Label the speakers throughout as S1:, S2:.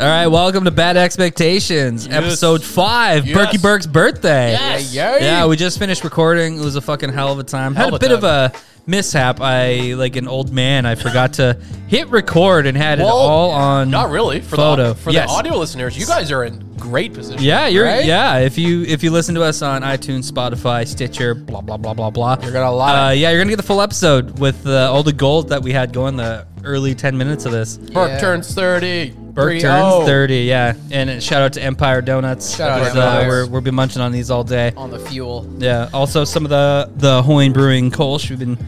S1: All right, welcome to Bad Expectations, episode five,
S2: Yes.
S1: Berkey Burke's birthday.
S2: Yes.
S3: Yeah, yeah.
S1: Yeah, we just finished recording. It was a fucking hell of a time. Had
S2: Hell
S1: a
S2: of a
S1: bit of a mishap. I like an old man. I forgot to hit record and had it
S2: Well,
S1: all on.
S2: Not really. For
S1: Photo.
S2: the for
S1: Yes.
S2: the audio listeners, you guys are in great position.
S1: Yeah, you're
S3: Right?
S1: yeah. If you if you listen to us on iTunes, Spotify, Stitcher, blah blah blah blah blah,
S3: You're gonna lot
S1: Uh,
S3: of-
S1: yeah, you're gonna get the full episode with uh, all the gold that we had going the early ten minutes of this.
S2: Burke
S3: Yeah.
S2: turns thirty. oh.
S1: Burke turns 30, yeah. And uh, shout out to Empire Donuts.
S3: Shout out
S1: because,
S3: to Empire.
S1: uh, we're, we'll be munching on these all day.
S3: on the fuel.
S1: Yeah. Also, some of the the Hoyne Brewing Kolsch. We've been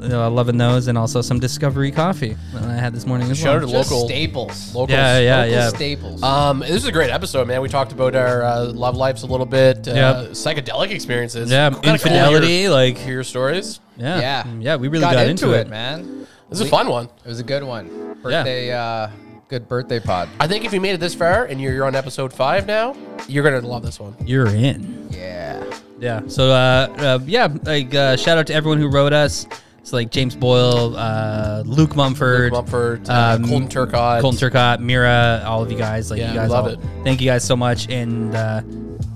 S1: uh, loving those. And also some Discovery Coffee that I had this morning as
S2: Shout out
S1: well.
S2: to
S3: Just
S2: local-
S3: staples.
S2: Locals.
S1: Yeah, yeah,
S3: Local
S1: yeah.
S3: Staples.
S2: Um, this is a great episode, man. We talked about our uh, love lives a little bit, uh,
S1: Yep.
S2: psychedelic experiences,
S1: Yeah,
S2: Kinda cool to
S1: infidelity. like,
S2: hear, hear stories.
S1: yeah.
S3: Yeah.
S1: Yeah, we really got, into, it.
S3: man.
S2: This is a fun one.
S3: It was a good one. Birthday, uh, good birthday pod.
S2: I think if you made it this far and you're, you're on episode five now, you're gonna love this one.
S1: You're in.
S3: Yeah.
S1: Yeah. So, uh, uh, yeah, like, uh, shout out to everyone who wrote us. It's like James Boyle, uh, Luke Mumford,
S2: Mumford, uh,
S1: um,
S2: Colton Turcott,
S1: Colton Turcott, Mira, all of you guys. Like
S2: Yeah,
S1: you guys
S2: love
S1: all-
S2: it.
S1: Thank you guys so much. And uh,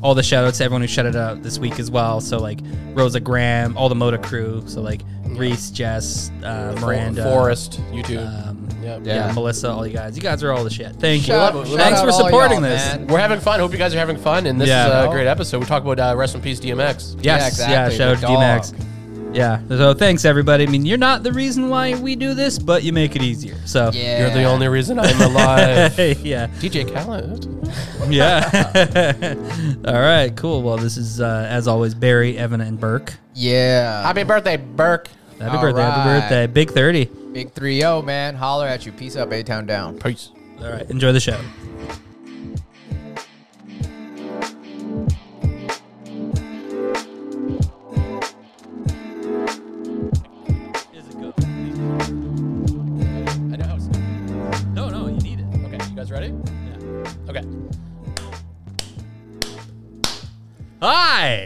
S1: all the shout outs to everyone who shouted out this week as well. So like Rosa Graham, all the Moda crew. So like Reese, Jess, uh,
S2: Fo-
S1: Miranda,
S2: Forrest, you two.
S1: um,
S2: yeah.
S1: yeah.
S3: Yeah.
S1: Melissa, all you guys. You guys are all the shit. Thank
S3: Shout-
S1: you.
S2: shout
S1: Thanks
S3: out
S1: for
S3: all
S1: supporting
S3: y'all,
S1: this.
S3: man.
S2: We're having fun. Hope you guys are having fun, and this
S1: Yeah.
S2: is a great episode. We talk about uh, rest in peace, DMX.
S1: Yes,
S3: Yeah,
S1: yeah,
S3: exactly,
S1: shout out
S3: the
S1: to DMax. Yeah, so thanks everybody. I mean, you're not the reason why we do this, but you make it easier. So
S3: Yeah.
S2: You're the only reason I'm alive.
S1: yeah.
S2: DJ Khaled.
S1: Yeah. All right, cool. Well, this is, uh, as always, Barry, Evan, and Burke.
S3: Yeah.
S2: Happy birthday, Burke.
S1: Happy
S3: All
S1: birthday. Happy
S3: right.
S1: birthday. Big 30.
S3: Big 3 0, man. Holler at you. Peace up, A Town Down.
S2: Peace.
S1: All right, enjoy the show.
S2: I know how it's
S1: No, no, you need it.
S2: Okay, you guys ready? Okay.
S1: Hi!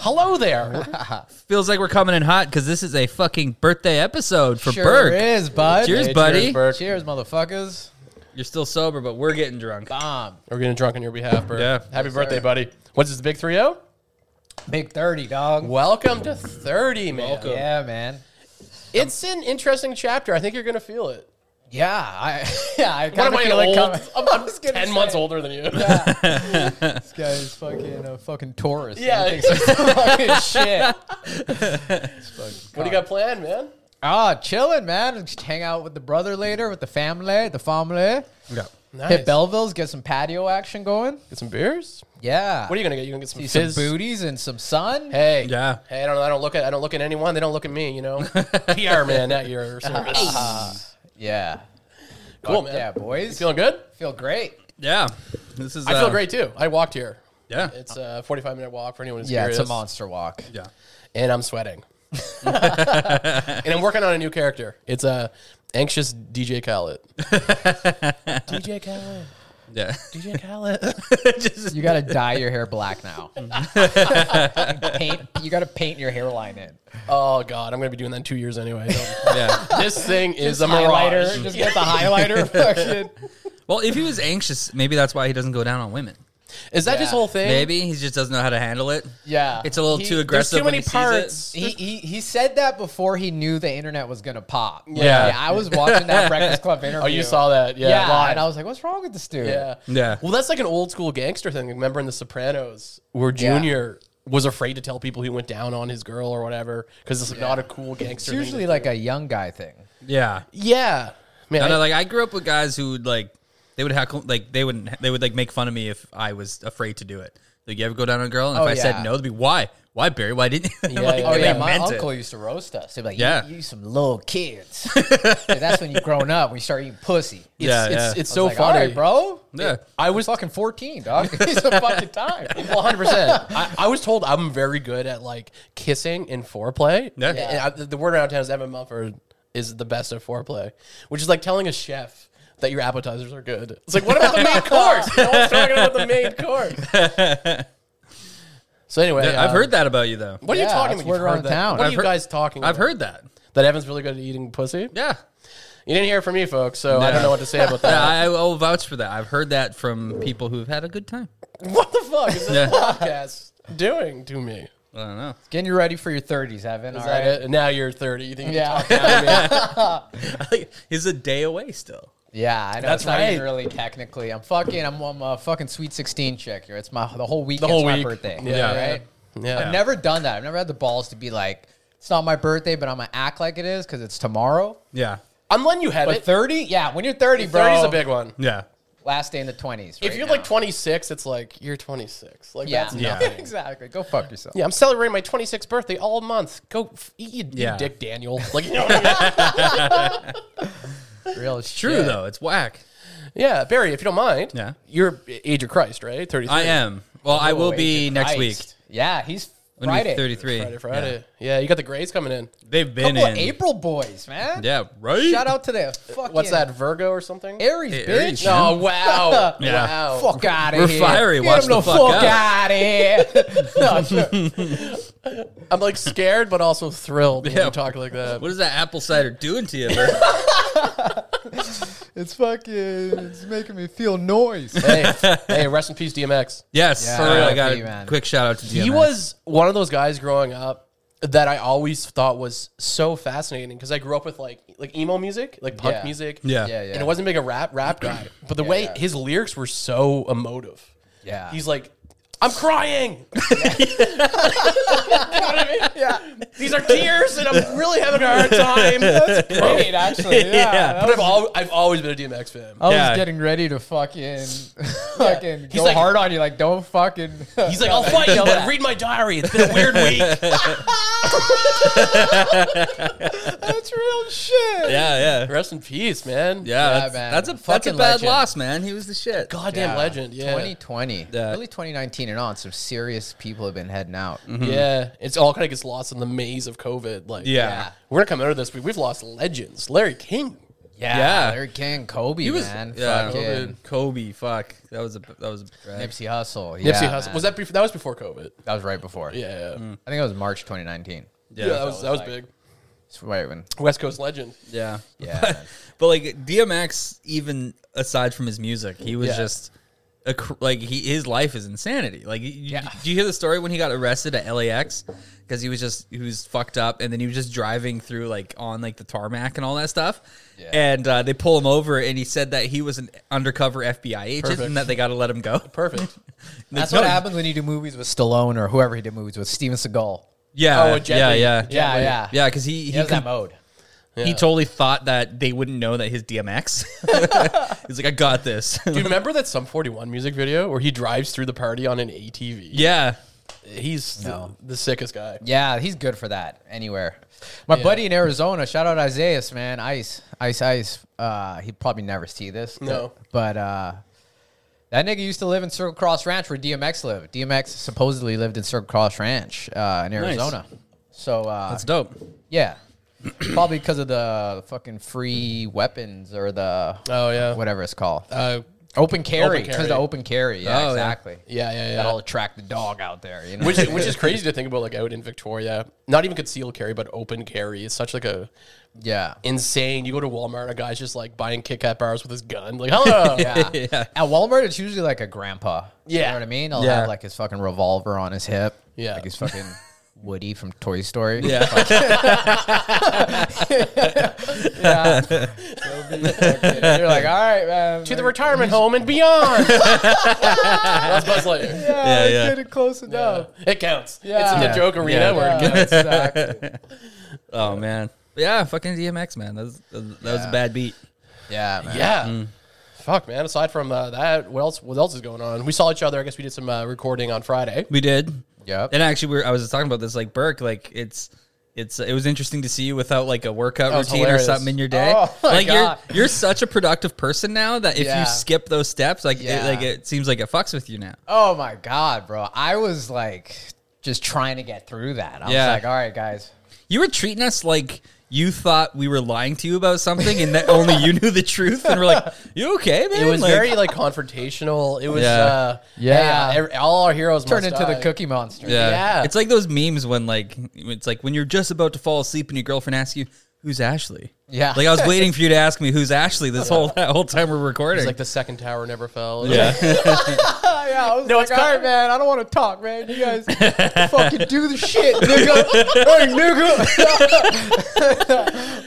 S2: Hello there.
S1: Feels like we're coming in hot because this is a fucking birthday episode for
S3: sure
S1: Burke.
S3: is, bud.
S1: Cheers,
S3: Hey,
S1: buddy.
S2: cheers, Burke.
S3: Cheers, motherfuckers.
S1: You're still sober, but we're getting drunk.
S3: Bomb.
S2: We're getting drunk on your behalf, Burke.
S1: Yeah.
S2: Happy
S3: Yes,
S2: birthday,
S3: sir.
S2: buddy. What's this, the big 3 0?
S3: Big 30, dog.
S2: Welcome to 30, man.
S3: Yeah, man.
S2: It's an interesting chapter. I think you're going to feel it.
S3: Yeah, I yeah, I
S2: What
S3: kind
S2: am
S3: of
S2: I,
S3: feel it
S2: old?
S3: coming.
S2: I'm, I'm 10 months older than you.
S3: This guy's fucking a fucking Taurus.
S2: Yeah.
S3: He thinks he's fucking shit. It's fucking
S2: What do you
S3: cock.
S2: got planned, man?
S3: Ah, chilling, man. Just hang out with the brother later, with the family, the family.
S1: Yeah.
S2: Nice.
S3: Hit Belleville's, get some patio action going.
S2: Get some beers?
S3: Yeah.
S2: What are you going to get? You going to get some
S3: Uh, See
S2: fizz?
S3: some booties and some sun.
S2: Hey,
S1: Yeah.
S2: Hey, I don't, I don't look at, I don't look at anyone. They don't look at me. You know, PR man at your service.
S3: Yeah.
S2: cool,
S3: Fuck
S2: man.
S3: Yeah, boys. Feel,
S2: Feeling good?
S3: great.
S1: Yeah. This is.
S2: I
S1: uh,
S2: feel great too. I walked here.
S1: Yeah.
S2: It's a 45 minute walk for anyone who's
S3: Yeah,
S2: curious.
S3: it's a monster walk.
S1: Yeah.
S2: And I'm sweating. and I'm working on a new character. It's a anxious DJ Khaled. DJ Khaled.
S1: Yeah.
S2: DJ Khaled.
S1: Just-
S3: You gotta dye your hair black now. paint. You gotta paint your hairline in.
S2: oh God, I'm gonna be doing that in two years anyway. Don't-
S1: yeah.
S2: this thing is a
S3: highlighter.
S2: mirage.
S3: Just get the highlighter. Fucking.
S1: Well, if he was anxious, maybe that's why he doesn't go down on women.
S2: Is that his
S3: Yeah.
S2: whole thing?
S1: Maybe he just doesn't know how to handle it.
S3: Yeah.
S1: It's a little
S2: He-
S1: too
S2: there's
S1: aggressive.
S2: too
S1: when
S2: many
S1: he sees it.
S2: parts.
S3: he, he he said that before he knew the internet was gonna pop. Like,
S2: Yeah.
S3: I was watching that Breakfast Club interview.
S2: Oh, you saw that? Yeah.
S3: Yeah,
S2: live.
S3: and I was like, "What's wrong with this dude?"
S2: Yeah.
S1: Yeah.
S2: Well, that's like an old school gangster thing. Remember in The Sopranos, where Junior was afraid to tell people he went down on his girl or whatever because it's like not a cool
S3: it's
S2: gangster. thing to
S3: usually
S2: do.
S3: like a young guy thing.
S1: Yeah.
S2: yeah, man.
S1: I know,
S2: I-
S1: like I grew up with guys who would like they would heckle, like they wouldn't, they would like make fun of me if I was afraid to do it. Like you ever go down on a girl, and if
S3: Oh,
S1: I said
S3: yeah.
S1: no, they'd be why, why Barry, why didn't? you? like,
S2: yeah,
S3: Oh
S1: they
S3: yeah, my
S1: meant it.
S3: uncle used to roast us. He'd be like,
S1: Yeah.
S3: "You, you some little kids." Dude, that's when you grown up. We start eating pussy.
S2: it's,
S1: Yeah,
S2: it's,
S1: yeah.
S2: it's
S3: I was
S2: so
S3: like,
S2: funny,
S3: "All right, bro.
S1: Yeah.
S3: I was fucking fourteen, dog. it's a fucking time.
S2: One hundred percent. I was told I'm very good at like kissing and foreplay.
S1: Yeah.
S2: And- and I- the word around town is Evan Mumford is the best at foreplay, which is like telling a chef that your appetizers are good. It's like, what about the main course? No one's talking about the main course. So anyway,
S1: Yeah, I've
S2: um,
S1: heard that about you though.
S2: What are you
S3: Yeah,
S2: talking
S3: that's
S2: about?
S3: word
S2: You've
S3: around
S2: heard that.
S3: town.
S2: What
S1: I've
S2: are you
S1: heard-
S2: guys talking?
S1: I've
S2: about?
S1: heard that.
S2: that Evan's really good at eating pussy.
S1: Yeah.
S2: You didn't hear it from me, folks, so I don't know what to say about that.
S1: Yeah, I, I will vouch for that. I've heard that from people who've had a good time.
S2: what the fuck is this
S1: Yeah.
S2: podcast doing to me?
S1: I don't know.
S3: Getting you ready for your 30s, Evan.
S2: Is
S3: all
S2: that
S3: right.
S2: it? And Now you're 30. You think you
S3: Yeah.
S2: yeah. talk down to me?
S1: He's a day away still.
S3: Yeah, I know.
S2: That's
S3: it's not even
S2: right.
S3: really technically. I'm fucking. I'm, I'm a fucking sweet 16 chick here. It's my the whole week.
S2: whole
S3: it's
S2: week.
S3: my birthday.
S2: Yeah.
S3: Yeah. Right.
S2: Yeah.
S3: I've never done that. I've never had the balls to be like, it's not my birthday, but I'm gonna act like it is because it's tomorrow.
S1: Yeah.
S2: I'm letting you have
S3: But
S2: it.
S3: 30, yeah, when you're 30, bro,
S2: 30 is a big one.
S1: Yeah.
S3: last day in the 20s.
S2: If
S3: right
S2: you're
S3: now.
S2: like 26, it's like you're 26. Like
S3: yeah,
S2: that's
S1: Yeah.
S2: nothing.
S3: exactly. Go fuck yourself.
S2: Yeah, I'm celebrating my 26th birthday all month. Go f- eat, you,
S1: Yeah.
S2: you dick, Daniel. Like, you know what I
S3: Real it's
S1: True though. It's whack.
S2: mean? yeah, Barry, if you don't mind.
S1: Yeah.
S2: you're age of Christ, right? 33.
S1: I am. Well, I will be next week.
S3: Yeah, he's
S1: When you're
S3: Friday.
S1: 33.
S2: Friday, Friday. Yeah. you got the grades coming in.
S1: Yeah. They've been
S3: Couple
S1: in.
S3: of April boys, man.
S1: Yeah, right?
S3: Shout out to the fucking
S2: What's that, Virgo or something?
S3: Aries,
S1: Hey,
S3: bitch.
S1: Aries,
S3: No,
S2: Oh wow!
S1: Yeah.
S2: Wow.
S3: fuck out of
S1: We're
S3: here.
S1: fiery.
S3: Get
S1: Watch
S3: him
S1: the fuck out.
S3: out of here. no, sure.
S2: I'm like scared, but also thrilled when
S1: Yeah.
S2: you talk like that.
S1: What is that apple cider doing to you, bro?
S3: It's fucking. It's making me feel noise.
S2: hey, hey, rest in peace, DMX.
S1: yes.
S3: Yeah,
S1: for real, I got
S3: R.I.P.,
S1: a
S3: man.
S1: quick shout out to DMX.
S2: He was one of those guys growing up that I always thought was so fascinating because I grew up with like like emo music, like punk
S3: Yeah.
S2: music.
S1: Yeah.
S3: Yeah, yeah.
S2: And it wasn't big a rap rap guy, but the way
S3: yeah.
S2: his lyrics were so emotive.
S3: Yeah.
S2: He's like, I'm crying. you know what I mean?
S3: yeah.
S2: These are tears, and I'm really having a hard time.
S3: Great, actually. Yeah.
S1: Yeah.
S3: that
S2: But
S3: was-
S2: I've, al- I've always been a DMX fan.
S3: I was
S1: Yeah.
S3: getting ready to fucking fucking
S2: He's
S3: go
S2: like-
S3: hard on you, like don't fucking.
S2: He's like, I'll fight you. but Read my diary. It's been a weird week.
S3: that's real shit.
S1: Yeah, yeah.
S2: Rest in peace, man.
S1: Yeah, that's,
S3: man.
S1: that's a that's a
S3: Fucking
S1: bad
S3: legend.
S1: loss, man. He was the shit.
S2: Goddamn legend. Yeah.
S3: 2020,
S1: Yeah.
S3: really 2019 and on. Some serious people have been heading out.
S2: Mm-hmm. Yeah, it's all kind of gets lost in the maze of COVID. Like,
S1: Yeah.
S3: Yeah.
S2: we're gonna come out of this. We, we've lost legends. Larry King.
S1: Yeah.
S3: Larry King, Kobe,
S1: He was
S3: man,
S1: yeah,
S3: fucking
S1: Kobe, fuck. That was a that was a drag.
S3: Nipsey Hussle, yeah,
S2: Nipsey Hussle.
S3: man.
S2: Was that before? That was before COVID.
S3: That was right before.
S2: Yeah, yeah.
S3: I think it was March 2019.
S2: Mm, Yeah, that was that was big.
S3: It's right when.
S2: West Coast legend.
S1: Yeah.
S3: Yeah.
S1: But, but, like DMX, even aside from his music, he was
S2: Yeah.
S1: just a, cr- like he his life is insanity. Like, you, you-
S2: Yeah.
S1: do you hear the story when he got arrested at LAX because he was just he was fucked up, and then he was just driving through like on like the tarmac and all that stuff.
S3: Yeah.
S1: And uh, they pull him over, and he said that he was an undercover FBI agent,
S2: Perfect.
S1: and that they got to let him go.
S2: Perfect.
S3: That's
S1: No,
S3: what happens when you do movies with Stallone or whoever he did movies with, Steven Seagal.
S1: Yeah,
S2: Oh, Jet
S1: yeah,
S2: Li.
S1: yeah,
S2: Jet Li.
S3: yeah.
S1: yeah, because he he,
S3: He has
S1: com-
S3: that mode.
S1: he
S2: Yeah.
S1: totally thought that they wouldn't know that his DMX. He's like, I got this.
S2: Do you remember that some Forty One music video where he drives through the party on an ATV?
S1: yeah,
S2: he's the, the sickest guy.
S3: Yeah, he's good for that anywhere. My buddy in Arizona, shout out Isaiah, man, Ice, Ice, Ice. Uh, he'd probably never see this. but-
S2: No.
S3: but uh, that nigga used to live in Circle Cross Ranch where DMX lived. DMX supposedly lived in Circle Cross Ranch uh, in Arizona. So uh,
S1: that's dope.
S3: yeah, probably because of the fucking free weapons or the
S2: Oh yeah.
S3: whatever it's called,
S2: Uh,
S3: open carry.
S2: open
S3: Because
S2: carry.
S3: the open carry, yeah,
S1: Oh, yeah.
S3: exactly.
S2: yeah, yeah, yeah.
S3: That'll attract the dog out there, you know.
S2: which is, which is crazy to think about, like out in Victoria, not even concealed carry, but open carry. It's such like a
S3: yeah.
S2: insane. You go to Walmart, a guy's just like buying Kit Kat bars with his gun. Like, hello.
S3: Yeah.
S1: Yeah.
S3: At Walmart, it's usually like a grandpa. You
S2: Yeah.
S3: know what I mean? He'll
S1: Yeah.
S3: have like his fucking revolver on his hip.
S2: Yeah.
S3: Like his fucking Woody from Toy Story.
S1: Yeah,
S3: yeah. You're like, all right, man.
S2: To the retirement home and beyond. That's Buzz Lightyear.
S1: Yeah, yeah.
S3: Get it close enough.
S2: It counts. It's
S3: Yeah.
S2: in the joke arena where it counts.
S3: exactly.
S1: Oh man, yeah, fucking DMX man. That was, that was a
S3: Yeah.
S1: bad beat.
S3: Yeah, man.
S2: Yeah. Fuck, man. Aside from uh, that, what else? What else is going on? We saw each other. I guess we did some uh, recording on Friday.
S1: We did.
S3: Yep.
S1: And actually, we were, I was talking about this like Burke. Like it's it's it was interesting to see you without like a workout
S2: was
S1: routine
S2: hilarious.
S1: or something in your day.
S3: Oh, my
S1: like
S3: God.
S1: you're you're such a productive person now that if
S3: Yeah.
S1: you skip those steps, like
S3: Yeah.
S1: it, like it seems like it fucks with you now.
S3: Oh my god, bro. I was like just trying to get through that. I
S1: Yeah.
S3: was like, all right, guys.
S1: You were treating us like you thought we were lying to you about something and that only you knew the truth and we're like, You okay, man?
S2: It was
S1: Like,
S2: very like confrontational. It was
S1: Yeah.
S2: uh,
S3: Yeah.
S2: hey, uh, ev- all our heroes
S3: Turned
S2: must
S3: into the
S2: die.
S3: cookie monster.
S1: yeah.
S2: yeah.
S1: It's like those memes when like it's like when you're just about to fall asleep and your girlfriend asks you, Who's Ashley?
S3: Yeah.
S1: Like I was waiting for you to ask me who's Ashley this whole that whole time we're recording.
S2: It's like the second tower never fell.
S1: yeah.
S3: Oh, yeah, I was
S2: No,
S3: like,
S2: it's
S3: all
S2: Kyle.
S3: right, man. I don't want to talk, man. You guys fucking do the shit, nigga. hey, nigga.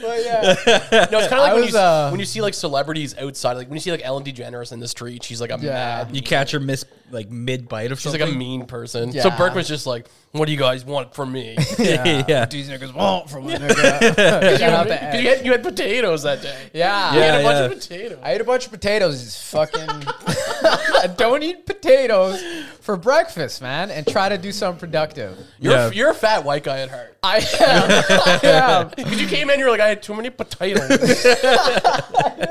S3: but yeah,
S2: No, it's kind of
S3: I
S2: like when,
S3: was,
S2: you, s-
S3: uh,
S2: when you see like celebrities outside, like when you see like Ellen DeGeneres in the street, she's like a
S3: Yeah.
S2: mad.
S1: you catch her miss like mid bite of
S2: She's
S1: something.
S2: like a mean person. So
S3: Yeah.
S2: Burke was just like, "What do you guys want from me?"
S1: yeah. yeah.
S3: Uh, these niggas won't from a nigga. Shout out to
S2: 'Cause
S3: Ed.
S2: you had, you had potatoes that day.
S3: Yeah.
S2: you had
S1: Yeah,
S2: a bunch
S1: yeah.
S2: of potatoes.
S3: I ate a bunch of potatoes. It's fucking don't eat potatoes for breakfast, man, and try to do something productive.
S2: You're
S1: Yeah.
S2: a, you're a fat white guy at heart.
S3: I am. I am.
S2: Because you came in, you were like, "I had too many potatoes."
S3: You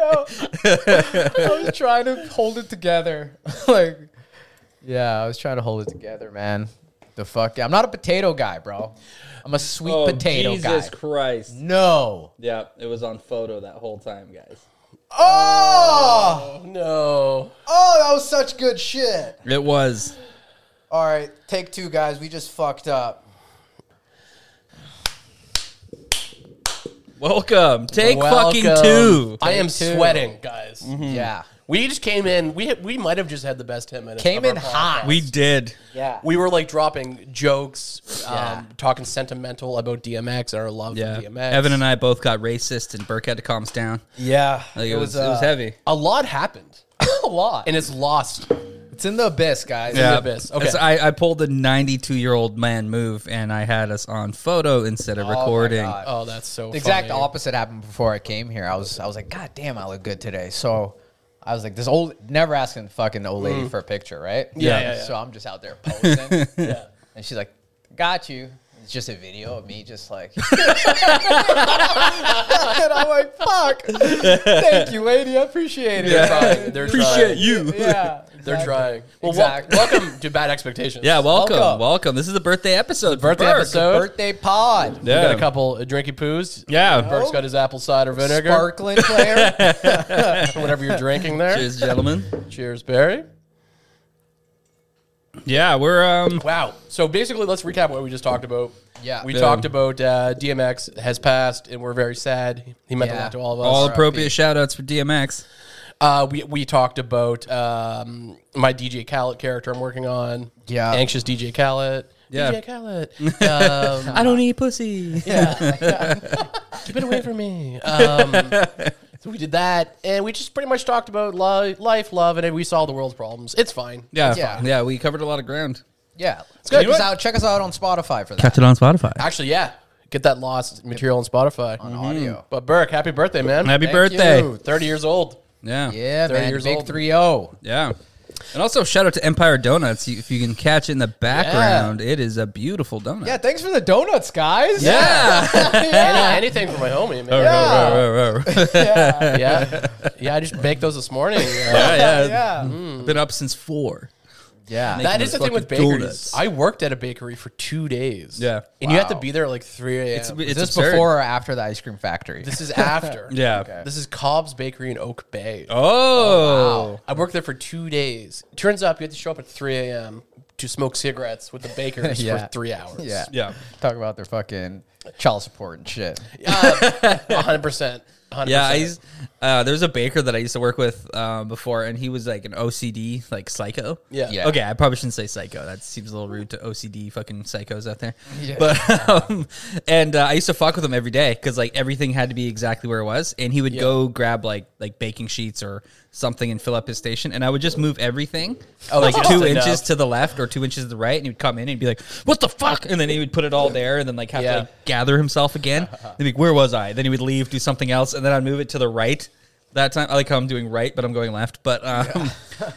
S3: know, I was trying to hold it together. like, yeah, I was trying to hold it together, man. The fuck, I'm not a potato guy, bro. I'm a sweet potato guy.
S1: Oh, Christ.
S3: No.
S1: Yeah, it was on photo that whole time, guys.
S3: Oh,
S2: no.
S3: oh, that was such good shit.
S1: It was.
S3: All right, take two, guys. We just fucked up.
S1: Welcome. Take fucking
S3: Welcome.
S1: two.
S2: I am
S3: too.
S2: sweating, guys.
S3: Yeah.
S2: We just came in. We we might have just had the best ten minutes.
S3: Came
S2: of our
S3: in
S2: podcast.
S3: hot.
S1: We did.
S3: Yeah.
S2: We were like dropping jokes, um,
S3: Yeah.
S2: talking sentimental about DMX and our love
S1: Yeah.
S2: for DMX.
S1: Evan and I both got racist and Burke had to calm us down.
S3: yeah. uh,
S1: Like it, was, it was heavy.
S2: a lot happened,
S3: a lot.
S2: and it's lost.
S3: It's in the abyss, guys.
S2: Yeah. the abyss. Okay.
S1: It's- I, I pulled the 92 year old man move and I had us on photo instead of recording.
S3: God.
S2: Oh, that's so
S3: The exact
S2: funny.
S3: opposite happened before I came here. I was I was like, God damn, I look good today. So I was like, this old never asking fucking old lady for a picture, right?
S2: Mm. Yeah, yeah, yeah.
S3: So I'm just out there posing.
S2: Yeah.
S3: and she's like, Got you. It's just a video of me just like And I'm like, fuck. Thank you, lady. I appreciate it.
S2: They're
S3: Yeah.
S2: trying. They're
S1: Appreciate
S2: trying.
S1: you.
S3: Yeah.
S2: They're
S3: exactly.
S2: trying. Well, wel-
S3: Exactly.
S2: welcome to Bad Expectations.
S1: Yeah, welcome, welcome.
S3: Welcome.
S1: This is the birthday episode. for
S2: Birthday
S1: Burke.
S2: episode.
S3: Birthday pod.
S2: We
S1: Yeah.
S2: got a couple of drinky poos.
S1: Yeah.
S2: Burke's got his apple cider vinegar.
S3: Sparkling player.
S2: Whatever you're drinking there.
S1: Cheers,
S2: Cheers,
S1: gentlemen.
S2: Barry.
S1: Yeah, we're um
S2: Wow. So basically, let's recap what we just talked about.
S3: Yeah.
S2: We
S3: Boom.
S2: talked about uh, DMX has passed, and we're very sad. He meant a
S3: Yeah.
S2: lot to all of us.
S1: all
S3: RIP.
S1: appropriate shout outs for DMX.
S2: Uh, we we talked about um, my DJ Khaled character I'm working on.
S3: Yeah.
S2: anxious DJ Khaled.
S1: Yeah.
S2: DJ Khaled. Um,
S1: I don't eat pussy.
S2: keep it away from me. Um, so we did that, and we just pretty much talked about lo- life, love, and we solved the world's problems. It's fine.
S1: Yeah,
S3: Yeah.
S1: yeah, yeah, we covered a lot of ground.
S3: Yeah.
S2: good.
S3: Check us out. Check us out on Spotify for that.
S1: it on Spotify.
S2: Actually, yeah. Get that lost material on Spotify. Mm-hmm.
S3: Audio.
S2: But Burke, happy birthday, man.
S1: Happy
S3: Thank
S1: birthday.
S3: you.
S2: 30 years old.
S1: Yeah.
S3: Yeah,
S2: 30
S3: man.
S2: years
S3: big
S2: old.
S3: three oh. zero.
S1: Yeah. And also shout out to Empire Donuts. You- If you can catch it in the background, it is a beautiful donut.
S3: Yeah, thanks for the donuts, guys.
S1: Yeah.
S2: Any- anything for my homie, man.
S1: yeah.
S3: yeah,
S2: Yeah. Yeah, I just baked those this morning. Uh,
S1: yeah, yeah.
S3: yeah.
S1: Been up since four.
S3: yeah.
S2: that
S1: Making
S2: is the
S1: those
S2: thing with
S1: fucking
S2: bakeries.
S1: donuts.
S2: I worked at a bakery for two days.
S1: Yeah.
S2: And you have to
S3: Wow.
S2: be there at like 3 a.m.
S1: It's, it's
S3: Is this
S1: absurd.
S3: before or after the ice cream factory?
S2: this is after.
S1: Yeah.
S2: This is Cobb's Bakery in Oak Bay.
S1: Oh.
S2: I worked there for two days. Turns out you have to show up at 3 a.m. to smoke cigarettes with the bakers
S3: Yeah.
S2: for three hours.
S3: yeah.
S1: Yeah.
S3: Talk about their fucking child support and shit.
S2: A hundred percent. A hundred
S1: Yeah, I
S2: percent.
S1: used, uh, there was a baker that I used to work with uh, before, and he was like an OCD, like psycho.
S2: Yeah.
S3: Yeah.
S1: Okay, I probably shouldn't say psycho. That seems a little rude to OCD fucking psychos out there.
S3: Yeah.
S1: But um, and uh, I used to fuck with him every day because like everything had to be exactly where it was, and he would go grab like like baking sheets or something and fill up his station, and I would just move everything like
S2: just
S1: two
S2: enough.
S1: inches to the left or two inches to the right, and he'd come in and be like, "What the fuck?" And then he would put it all there, and then like have
S2: Yeah.
S1: to like, gather himself again. Then he'd be like, "Where was I?" Then he would leave, do something else, and then I'd move it to the right. That time, I like how I'm doing right, but I'm going left. But um,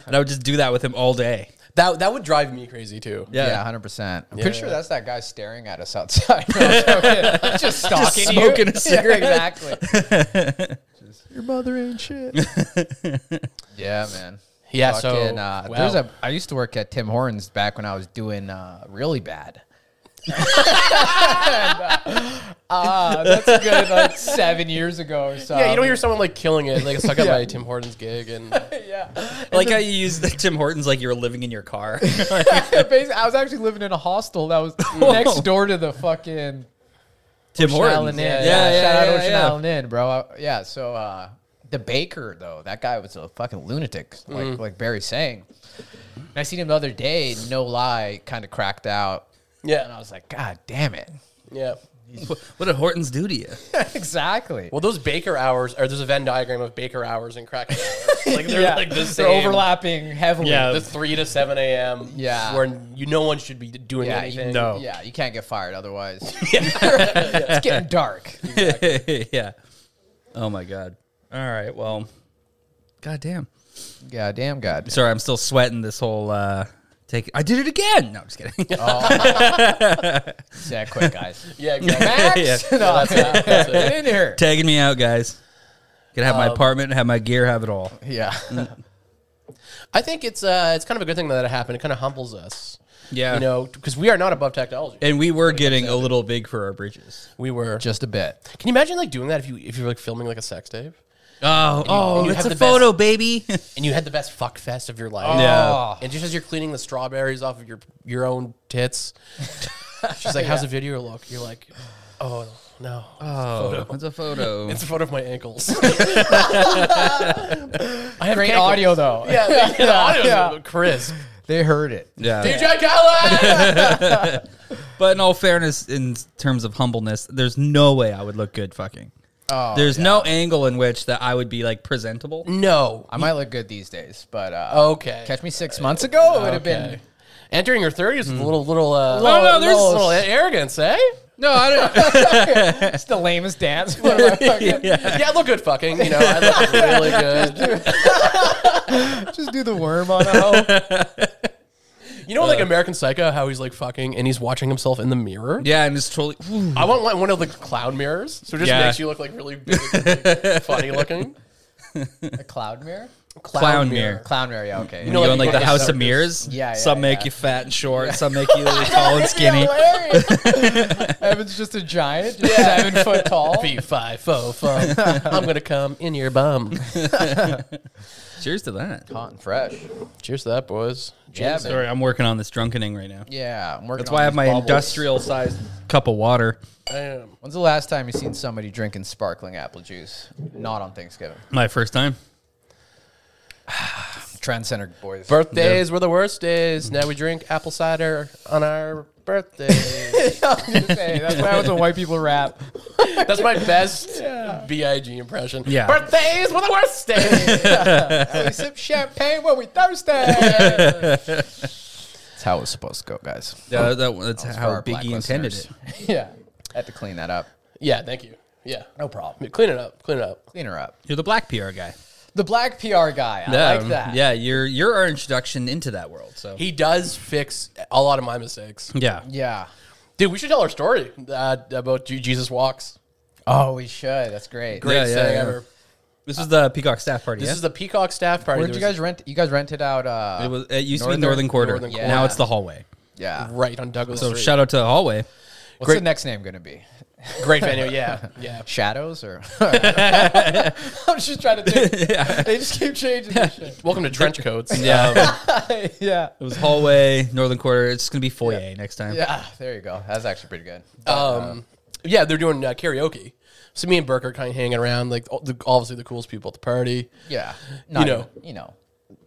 S1: and I would just do that with him all day.
S2: that that would drive me crazy too.
S1: Yeah.
S3: Yeah, hundred percent. I'm pretty sure that's that guy staring at us outside. No, I'm joking. just stalking, you.
S1: smoking a
S3: Yeah,
S1: cigarette.
S3: exactly. Just, Your mother ain't shit. yeah, man.
S2: Yeah,
S3: Fucking,
S2: so,
S3: uh,
S2: wow.
S3: there's a. I used to work at Tim Hortons back when I was doing uh, really bad. Ah, uh, that's a good like seven years ago or so.
S2: Yeah, you don't hear someone like killing it. Like I stuck at my Tim Hortons gig, and
S3: yeah.
S1: I like how you use the Tim Hortons like you were living in your car.
S3: Basically, I was actually living in a hostel that was next door to the fucking
S1: Tim
S3: Chanel
S1: Horton.
S3: and
S2: Yeah,
S3: yeah,
S1: yeah, yeah,
S3: Shout
S1: yeah,
S3: out to
S1: yeah.
S3: Chanel and in, bro. I- yeah, so uh, the baker though, that guy was a fucking lunatic, like like Barry saying. And I seen him the other day, no lie, kind of cracked out, and I
S2: Yeah.
S3: was like, God damn it!
S2: Yeah.
S1: What, what did Hortons do to you?
S3: exactly.
S2: Well, those Baker hours, or there's a Venn diagram of Baker hours and crack hours. Like they're
S3: yeah,
S2: like the
S3: they're
S2: same.
S3: overlapping heavily.
S4: Yeah.
S2: The three to seven a.m.
S3: Yeah.
S2: where you no one should be doing
S3: Yeah, you,
S2: anything.
S4: No.
S3: yeah, you can't get fired otherwise. it's getting dark.
S1: yeah. Oh my god. All right. Well. God damn.
S3: God damn, God.
S1: Sorry, I'm still sweating this whole. uh Take. I did it again. No, I'm just kidding.
S3: It's that quick, guys.
S2: Yeah, exactly.
S3: Max,
S1: Yeah.
S3: No,
S2: That's it.
S3: get in here.
S1: Tagging me out, guys. Gonna have my apartment, have my gear, have it all.
S3: Yeah,
S2: I think it's uh, it's kind of a good thing that it happened. It kind of humbles us,
S1: Yeah.
S2: you know, because we are not above technology.
S1: and we were getting a little big for our bridges.
S2: we were.
S3: just a bit.
S2: Can you imagine like doing that if you if you were like filming like a sex tape
S1: Oh,
S2: and
S1: oh,
S2: you
S1: it's
S2: have
S1: a
S2: the best-
S1: photo, baby.
S2: and you had the best fuck fest of your life?
S1: Oh. Yeah.
S2: And just as you're cleaning the strawberries off of your your own tits, she's like, "How's the video look?" You're like, "Oh no,
S1: Oh, it's a photo.
S2: it's a photo of my ankles." I have
S3: Great
S2: cankles.
S3: audio though.
S2: Yeah, the, the audio
S3: Yeah.
S2: crisp.
S3: They heard it.
S1: yeah.
S2: DJ Khaled.
S1: But in all fairness, in terms of humbleness, there's no way I would look good fucking.
S3: Oh,
S1: there's no angle in which that I would be like presentable.
S2: no.
S3: I might look good these days, but uh,
S2: Okay.
S3: catch me six months ago, it would have
S2: Okay.
S3: been
S2: Entering your thirties
S1: Hmm.
S2: with a little, little, uh,
S3: Little-
S2: oh, no, there's
S3: little-
S2: little arrogance, eh?
S1: No, I don't.
S3: it's the lamest dance.
S2: eh? yeah, I look good, fucking. You know, I look really good.
S3: Just do the worm on a hoe.
S2: You know, like American Psycho, how he's like fucking and he's watching himself in the mirror.
S1: yeah, and it's totally. ooh.
S2: I want one, one of the clown mirrors, so it just
S1: Yeah.
S2: makes you look like really big, and, like, funny looking.
S3: A cloud mirror?
S1: Clown mirror.
S3: Clown mirror, yeah, okay.
S1: You know, in
S2: like,
S1: like the
S2: yeah,
S1: House of
S2: circus.
S1: Mirrors.
S3: Yeah, yeah,
S1: Some make
S3: yeah.
S1: you fat and short. Some make you tall and skinny.
S3: Hilarious. Evan's just a giant, just seven foot tall.
S2: Be five fo fum. I'm gonna come in your bum.
S1: Cheers to that.
S3: Hot and fresh.
S2: Cheers to that, boys.
S3: Yeah,
S2: Cheers.
S3: man.
S1: Sorry, I'm working on this drunkening right now.
S3: Yeah, I'm working
S1: That's
S3: on
S1: why I have
S3: these
S1: my
S3: bubbles.
S1: industrial sized cup of water.
S2: Damn.
S3: When's the last time you seen somebody drinking sparkling apple juice? Not on Thanksgiving.
S1: My first time.
S3: Trend Center boys.
S2: Birthdays were the worst days. Now we drink apple cider on our birthdays.
S3: that's why I was a white people rap.
S2: That's my best Big impression.
S1: Yeah.
S2: Birthdays were the worst days.
S3: we sip champagne when we thirsty. that's how it was supposed to go, guys.
S1: Yeah, that, that- that's
S3: was for
S1: how
S3: our black
S1: Biggie intended it.
S3: listeners. yeah, I had to clean that up.
S2: yeah. Thank you. Yeah.
S3: No problem.
S2: Clean it up. Clean it up.
S3: Clean her up.
S1: You're the black PR guy. Um,
S3: The black PR guy. I like that.
S1: Yeah, you're you're our introduction into that world. So
S2: He does fix a lot of my mistakes.
S1: yeah,
S3: Yeah.
S2: Dude, we should tell our story uh, about Je- Jesus Walks.
S3: Oh, we should. That's great.
S2: Great
S1: Yeah, yeah,
S2: saying
S1: yeah.
S2: ever.
S1: this is the Peacock staff party.
S2: This
S1: yeah?
S2: is the Peacock staff party.
S3: Where'd you
S2: There
S3: guys rent? You guys rented out. Uh,
S1: it was it used to
S3: Northern-
S1: be Northern Quarter.
S2: Northern
S3: Quarter.
S1: Now it's the hallway.
S3: yeah.
S2: was right on Douglas
S1: So
S2: Street.
S1: shout out to the hallway.
S3: What's
S2: great-
S3: the next name going to be?
S2: Great venue. Yeah, yeah.
S3: Shadows or? I'm just trying to think. They just keep changing this shit.
S2: Welcome to trench coats.
S1: Yeah,
S3: yeah.
S1: it was hallway Northern Quarter. It's gonna be foyer next time.
S3: Yeah. There you go. That's actually pretty good.
S2: Um, yeah, they're doing uh, karaoke. So me and Burke are kind of hanging around, like all the, obviously the coolest people at the party.
S3: Yeah. Not
S2: know.
S3: even- you know.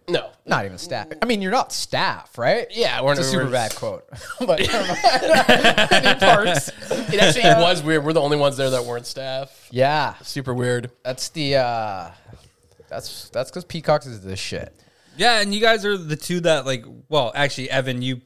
S2: No,
S3: Not even staff. I mean, you're not staff, right?
S2: yeah, we're
S3: It's a
S2: we're-
S3: super bad quote. but Any parts?
S2: It actually was weird. We're the only ones there that weren't staff.
S3: Yeah.
S2: Super weird.
S3: That's the uh that's that's because Peacocks is the shit.
S1: Yeah, and you guys are the two that like. Well, actually, Evan, you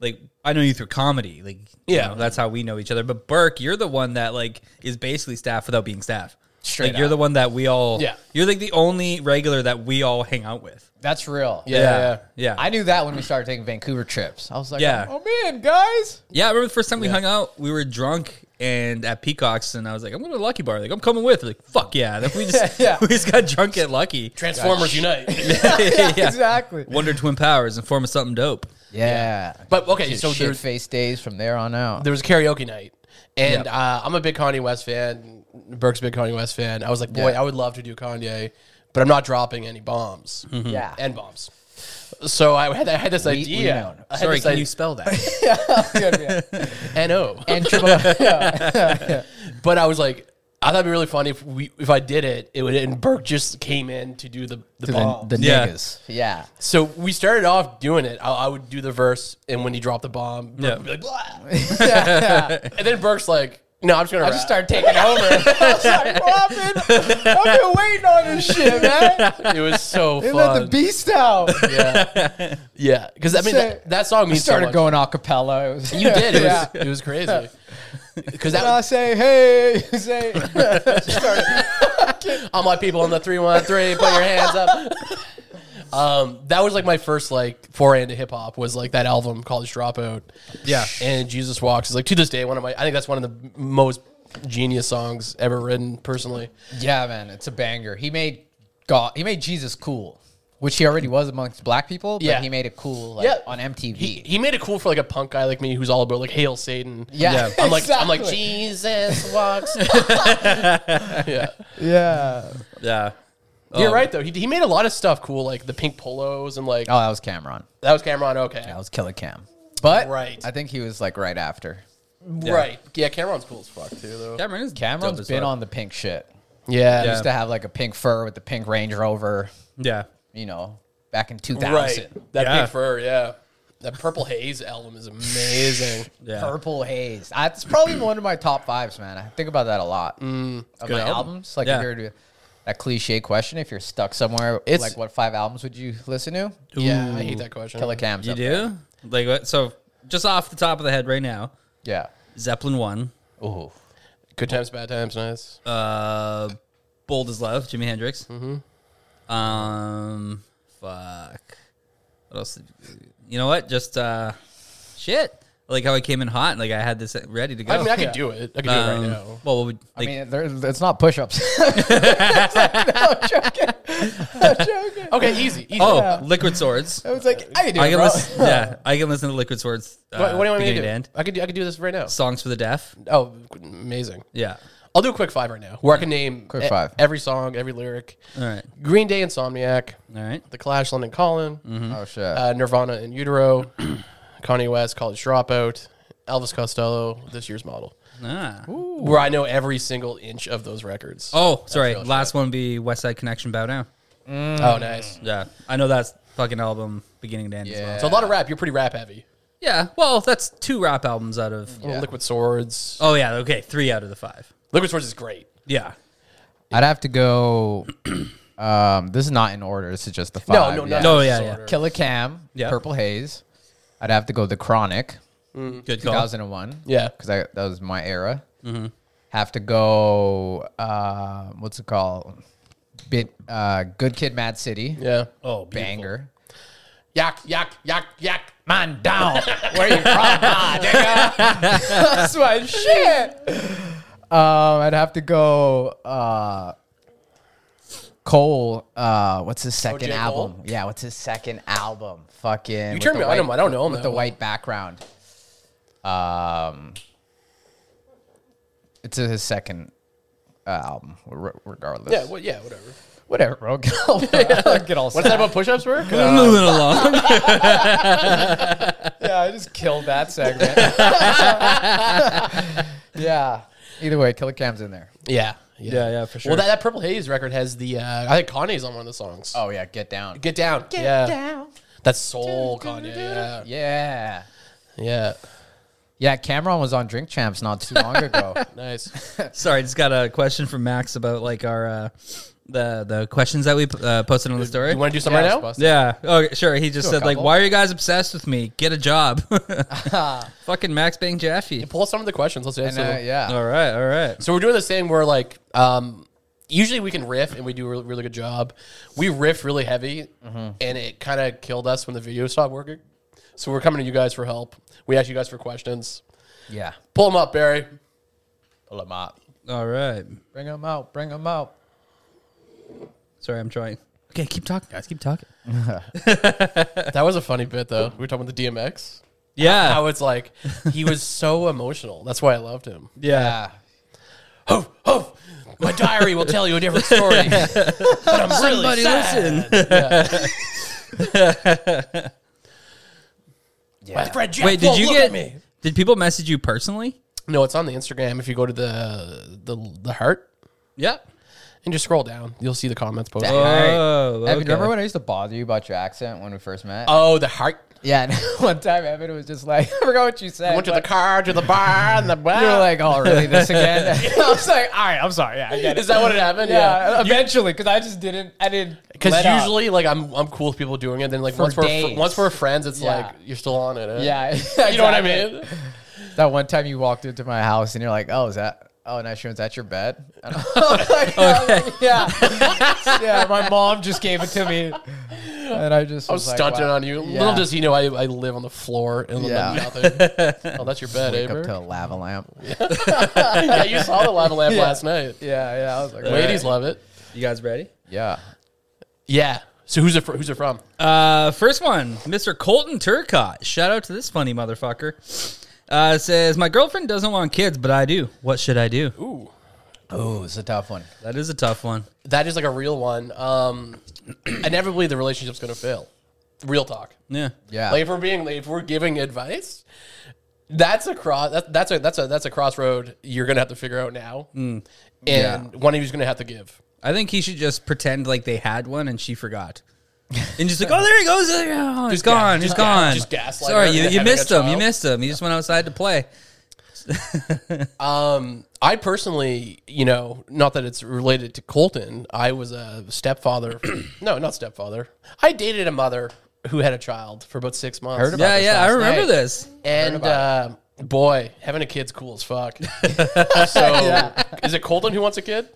S1: like I know you through comedy. Like, you
S2: Yeah.
S1: know, that's how we know each other. But Burke, you're the one that like is basically staff without being staff.
S3: Straight
S1: like you're
S3: up.
S1: the one that we all.
S2: Yeah.
S1: you're like the only regular that we all hang out with.
S3: That's real.
S2: Yeah, yeah. yeah.
S1: yeah.
S3: I knew that when we started taking Vancouver trips. I was like,
S1: Yeah.
S3: oh man, guys.
S1: Yeah, I remember the first time we hung out, we were drunk and at Peacock's, and I was like, "I'm going to Lucky Bar." Like, I'm coming with. They're like, fuck yeah! Then we just
S3: Yeah.
S1: we just got drunk at Lucky.
S2: Transformers unite.
S1: yeah,
S3: Exactly.
S1: Wonder Twin Powers and form of something dope.
S3: Yeah.
S2: But, okay,
S3: Just
S2: so there-
S3: shit face days from there on out.
S2: there was a karaoke night, and uh, I'm a big Kanye West fan. Burke's a big Kanye West fan. I was like, boy,
S3: Yeah.
S2: I would love to do Kanye, but I'm not dropping any bombs
S3: Yeah.
S2: and bombs. So I had, I had this
S3: Mm-hmm. we
S2: idea.
S3: know.
S2: I had
S1: Sorry,
S2: this
S1: can
S2: idea-
S1: you spell that?
S3: yeah, yeah.
S2: N O.
S3: And triple. yeah.
S2: But I was like, I thought it'd be really funny if we if I did it, it would and Burke just came in to do the the, bomb.
S3: the, the
S1: Yeah.
S3: niggas. Yeah.
S2: so we started off doing it. I, I would do the verse, and when he dropped the bomb, Burke
S1: Yeah.
S2: would be like, "Blah." and then Burke's like, "No, I'm just gonna."
S3: I
S2: rap.
S3: just started taking over. I was like, bro, I've been, I've been waiting on this shit, man.
S2: It was so
S3: They
S2: fun.
S3: let the beast out.
S2: yeah, yeah. Because I mean,
S3: Say-
S2: that, that song
S3: I
S2: means
S3: started
S2: so much.
S3: going a cappella. It was-
S2: You did. It
S3: yeah.
S2: was it was crazy. Because
S3: And I
S2: that
S3: say, hey, you say,
S2: all my people on the three one three, put your hands up. Um, that was like my first like foray into hip hop was like that album College Dropout.
S1: Yeah.
S2: and Jesus Walks is like to this day one of my I think that's one of the most genius songs ever written personally.
S3: yeah, man, it's a banger. He made God, he made Jesus cool, which he already was amongst black people, but
S2: Yeah.
S3: he made it cool like,
S2: Yeah.
S3: on MTV.
S2: He, he made it cool for like a punk guy like me who's all about like hail Satan.
S3: yeah,
S2: I'm like I'm like
S3: exactly.
S2: Jesus walks. yeah.
S3: yeah.
S1: Yeah.
S2: You're
S1: Um,
S2: right though. He, he made a lot of stuff cool, like the pink polos and like
S3: Oh, that was Cameron.
S2: that was Cameron. Okay,
S3: That was Killer Cam. But
S2: Right.
S3: I think he was like right after.
S2: right. Yeah, Cameron's cool as fuck too, though.
S1: Cameron is dope
S3: Cameron's
S1: as
S3: been
S1: fuck.
S3: on the pink shit.
S2: Yeah,
S3: Used to have like a pink fur with the pink Range Rover,
S1: Yeah.
S3: you know, back in 2000.
S2: right. That
S1: Yeah.
S2: pink fur. Yeah, that purple haze album is amazing.
S1: Yeah.
S3: Purple Haze. That's probably one of my top fives, man. I think about that a lot. of
S1: Mm, good
S3: my
S1: album.
S3: albums. Like
S1: Yeah.
S3: if you're to that cliche question, if you're stuck somewhere,
S2: It's-
S3: like what five albums would you listen to?
S2: Yeah, I hate that question.
S3: Killer Cam's.
S1: You
S3: up
S1: do?
S3: there.
S1: Like what? So just off the top of the head right now,
S3: Yeah.
S1: Zeppelin one,
S3: Ooh.
S2: Good times, bad times, nice.
S1: uh, Bold as Love, Jimi Hendrix.
S2: Mm-hmm.
S1: Um, fuck. What else? Did you know what? Just uh, shit. Like how I came in hot. Like I had this ready to go.
S2: I mean, I could do it. I could
S1: Um,
S2: do it right now.
S1: Well, what would, like,
S3: I mean, there, it's not push-ups.
S2: Okay, easy. easy.
S1: oh,
S2: Yeah.
S1: Liquid Swords.
S3: I was like, I can do
S1: I
S3: it,
S1: can
S3: bro.
S1: listen. Yeah, I can listen to Liquid Swords. Uh,
S2: what, what do you want me to
S1: beginning
S2: do?
S1: end.
S2: I could do. I could do this right now.
S1: Songs for the deaf.
S2: Oh, amazing.
S1: Yeah.
S2: I'll do a quick five right now, where I can name
S3: Quick
S2: e-
S3: five.
S2: every song, every lyric.
S1: All right.
S2: Green Day, Insomniac,
S1: All right.
S2: The Clash, London Calling.
S1: Mm-hmm.
S3: Oh shit.
S2: uh, Nirvana in Utero, Kanye West, College Dropout, Elvis Costello, this year's model.
S1: Ah.
S2: Where I know every single inch of those records.
S1: Oh, sorry. Last one would be West Side Connection. Bow down.
S2: Oh, nice.
S1: Yeah, I know that's fucking album beginning to end as well.
S3: Yeah.
S2: So a lot of rap. You're pretty rap heavy.
S1: Yeah, well, that's two rap albums out of.
S2: Liquid Swords.
S1: Oh yeah, okay, three out of the five.
S2: Liquid Swords is great.
S1: Yeah,
S3: I'd have to go. Um, this is not in order. This is just the
S2: No,
S3: five.
S2: no,
S3: yeah.
S2: no.
S1: No, yeah, yeah.
S3: Killer Cam,
S1: Yeah.
S3: Purple Haze. I'd have to go The Chronic,
S1: good call.
S3: 2001.
S2: Yeah.
S3: because that was my era. Have to go. Uh, what's it called? Bit. Uh, Good Kid, Mad City.
S2: Yeah.
S1: Oh,
S3: banger.
S2: Yak, yak, yak, yak.
S3: Man down. Where you from, ah, nigga? That's my shit. Um, I'd have to go. Uh, Cole. Uh, what's his second
S2: J. Cole?
S3: album? Yeah, what's his second album? Fucking.
S2: You
S3: with
S2: turned
S3: the
S2: me on
S3: white-
S2: him. I don't know him.
S3: with
S2: that
S3: the
S2: well.
S3: white beautiful. background. Um, it's his second uh, album, re- regardless.
S2: Yeah, well, yeah, whatever.
S3: whatever, bro. Get all, get all
S2: What's that about push ups, work?
S1: I'm moving along.
S3: Yeah, I just killed that segment. yeah. Either way, Killer Cam's in there.
S2: yeah.
S1: Yeah, yeah, for sure.
S2: Well, that, that Purple Haze record has the, uh, I think Kanye's on one of the songs.
S3: Oh yeah, get down.
S2: Get Down. yeah.
S3: down.
S2: That's Soul Kanye. Yeah.
S3: Yeah.
S2: Yeah.
S3: Yeah, Cameron was on Drink Champs not too long ago.
S2: Nice.
S1: sorry, just got a question from Max about like our uh, the the questions that we uh, posted on the story.
S2: You want to do some
S3: Yeah,
S2: right now?
S3: Ghostbusters.
S1: yeah. Oh, sure. He just
S3: Do a
S1: said like,
S3: couple.
S1: "Why are you guys obsessed with me? Get a job." Fucking Max Bang Jaffe.
S2: Pull some of the questions. Let's
S3: And,
S2: answer
S3: uh,
S2: them.
S3: yeah.
S1: All right, all right.
S2: So we're doing this thing where like um, usually we can riff and we do a really, really good job. We riff really heavy, and it kind of killed us when the video stopped working. So we're coming to you guys for help. We ask you guys for questions.
S3: Yeah.
S2: Pull them up, Barry.
S3: Pull him out.
S1: All right.
S3: Bring him out. Bring him out.
S1: Sorry, I'm trying. Okay, keep talking, guys. Keep talking.
S2: That was a funny bit though. We were talking about the DMX.
S1: Yeah.
S2: How it's like he was so emotional. That's why I loved him.
S1: yeah.
S3: Yeah.
S2: Oh, oh, my diary will tell you a different story. but I'm
S1: Somebody
S2: really sad.
S1: listen.
S2: My friend Jeff
S1: Wait,
S2: won't
S1: did you
S2: look
S1: get
S2: at me?
S1: Did people message you personally?
S2: No, it's on the Instagram. If you go to the the the heart
S1: Yeah.
S2: and just scroll down, you'll see the comments posted.
S1: Oh,
S3: Evan,
S1: okay.
S3: remember when I used to bother you about your accent when we first met?
S2: Oh, the heart.
S3: yeah, and one time Evan was just like, I forgot what you said.
S2: Went to the
S3: but
S2: car, to the bar, and the bar.
S3: you were like, oh, really? This again? I was like, all right, I'm sorry. Yeah, I get it.
S2: Is that what it happened?
S3: yeah, eventually, because I just didn't, I didn't.
S2: Because
S3: let up.
S2: usually, like, I'm I'm cool with people doing it. Then, like,
S3: For
S2: once we're
S3: days.
S2: once we're friends, it's
S3: Yeah.
S2: like you're still on it. eh?
S3: yeah,
S2: you know what I
S3: exactly.
S2: mean.
S3: That one time you walked into my house and you're like, "Oh, is that? Oh, nice room. Is that your bed?" And I was like, yeah, yeah. My mom just gave it to me, and I just
S2: I
S3: was,
S2: was
S3: like,
S2: stunting
S3: wow.
S2: on you.
S3: Yeah.
S2: Little does he know, I, I live on the floor and
S3: Yeah.
S2: nothing. oh, that's your bed,
S3: Wake up
S2: Abert.
S3: to a lava lamp. Yeah,
S2: yeah, you saw the lava lamp last night.
S3: yeah. I was like,
S2: Ladies
S3: "Alright."
S2: love it.
S1: You guys ready?
S3: yeah.
S2: Yeah. So who's it? fr- who's it from?
S1: Uh, first one, Mr. Colton Turcott. Shout out to this funny motherfucker. Uh, says my girlfriend doesn't want kids, but I do. What should I do?
S2: Ooh,
S3: Oh, it's a tough one.
S1: That is a tough one.
S2: that is like a real one. Um, inevitably the relationship's gonna fail. Real talk.
S1: Yeah.
S3: Yeah,
S2: Like if we're being, if we're giving advice, that's a cross. That, that's a that's a that's a crossroad. You're gonna have to figure out now,
S3: Hmm.
S2: and one of you's gonna have to give.
S1: I think he should just pretend like they had one and she forgot. And just like, oh, there he goes. there he goes. Oh, he's
S2: ga-
S1: gone. he's
S2: just ga-
S1: gone.
S2: just gaslight
S1: Sorry,
S2: her
S1: you,
S2: into
S1: you
S2: having a
S1: missed him. You
S2: child.
S1: missed him. He just went outside to play.
S2: Um, I personally, you know, not that it's related to Colton. I was a stepfather. no, not stepfather. I dated a mother who had a child for about six months.
S3: Heard about
S1: Yeah,
S3: this
S1: yeah. I
S3: last
S1: remember
S3: night.
S1: this.
S2: And uh, boy, having a kid's cool as fuck. so, is it Colton who wants a kid?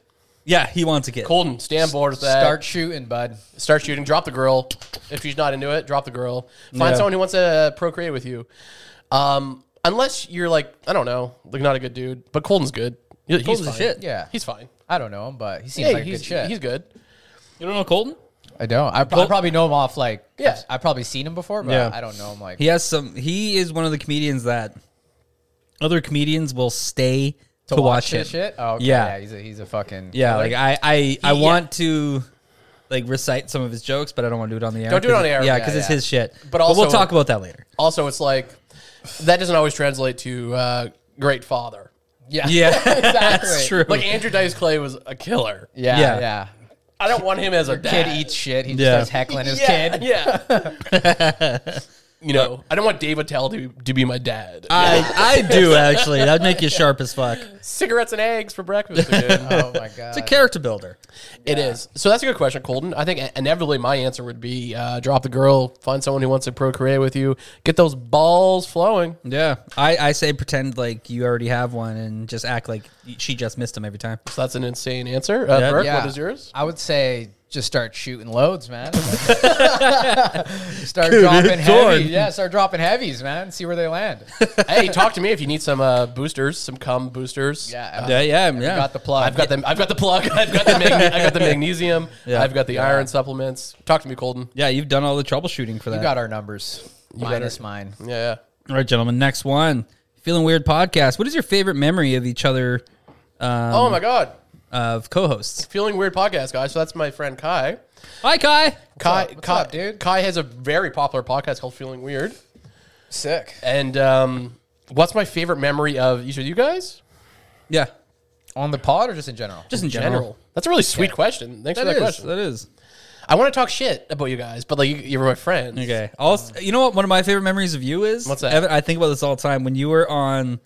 S1: Yeah, he wants a kid.
S2: Colton, stand on board with that.
S3: start shooting, bud.
S2: start shooting. Drop the girl if she's not into it. Drop the girl. Find someone who wants to procreate with you. Um, unless you're like I don't know, like not a good dude, but Colton's good. He- He's
S1: Colton's the
S2: fine.
S1: shit.
S3: Yeah,
S2: he's fine.
S3: I don't know him, but he seems
S2: Yeah,
S3: like
S2: he's
S3: good shit.
S2: he's good.
S1: You don't know Colton?
S3: I don't. I, pro- I probably know him off like.
S2: Yeah.
S3: I probably seen him before, but
S1: Yeah.
S3: I don't know him like.
S1: He has some. He is one of the comedians that other comedians will stay to, watch, him.
S3: his shit. Oh, okay,
S1: Yeah.
S3: yeah. He's a he's a fucking
S1: Yeah, like, I, I, I
S2: yeah.
S1: want to like recite some of his jokes, but I don't want to do it on the air.
S2: Don't do it
S1: 'cause
S2: on air.
S1: Yeah,
S2: Yeah,
S1: because it's
S3: yeah.
S1: his shit.
S2: But
S1: But also, we'll
S2: also-
S1: talk about that later.
S2: Also, it's like that doesn't always translate to uh, great father.
S3: yeah
S1: Yeah,
S3: exactly
S1: that's true.
S2: Like Andrew Dice Clay was a killer.
S3: yeah
S1: Yeah.
S3: yeah.
S2: I don't want him as a
S3: Kid
S2: dad.
S3: eats shit. He just
S1: Yeah.
S3: starts heckling his
S2: yeah,
S3: kid.
S2: Yeah. you know, I don't want Dave Attell to, to be my dad.
S1: I, I do actually. That'd make you sharp as fuck.
S2: Cigarettes and eggs for breakfast again.
S3: Oh my god.
S1: It's a character builder.
S2: It is. So that's a good question, Colton. I think inevitably my answer would be uh, drop the girl, find someone who wants to procreate with you, get those balls flowing.
S1: Yeah, I, I say pretend like you already have one and just act like she just missed him every time.
S2: So that's an insane answer. Uh,
S1: Yeah.
S2: Burke,
S3: Yeah.
S2: what is yours?
S3: I would say just start shooting loads, man. start dropping
S1: it's
S3: heavy.
S1: on.
S3: Yeah, start dropping heavies, man. See where they land. uh,
S2: hey, talk to me if you need some uh, boosters, some cum boosters. Uh,
S3: Yeah.
S1: Yeah, yeah, yeah.
S3: Got the plug.
S2: I've got them. I've got the plug. I've got the. Mag- I've got the magnesium.
S1: Yeah.
S2: I've got the iron supplements. Talk to me, Colton.
S1: yeah, you've done all the troubleshooting for that.
S3: You got our numbers.
S2: got
S3: Minus mine.
S2: Yeah, yeah.
S1: all right, gentlemen. Next one. Feeling weird podcast. What is your favorite memory of each other
S2: oh my God,
S1: of co-hosts?
S2: feeling weird podcast, guys. So that's my friend Kai.
S1: Hi, Kai.
S2: Kai,
S3: up? What's
S2: Kai,
S3: up, dude?
S2: Kai has a very popular podcast called Feeling Weird.
S3: Sick.
S2: And um, what's my favorite memory of each of you guys?
S1: Yeah,
S3: On the pod or just in general?
S1: just in general.
S2: That's a really sweet question. Thanks
S1: That
S2: for that
S1: is,
S2: question.
S1: That is.
S2: I want to talk shit about you guys, but like you, you were my friends.
S1: Okay. Also, you know what? One of my favorite memories of you is
S2: What's that?
S1: Evan, I think about this all the time. When you were on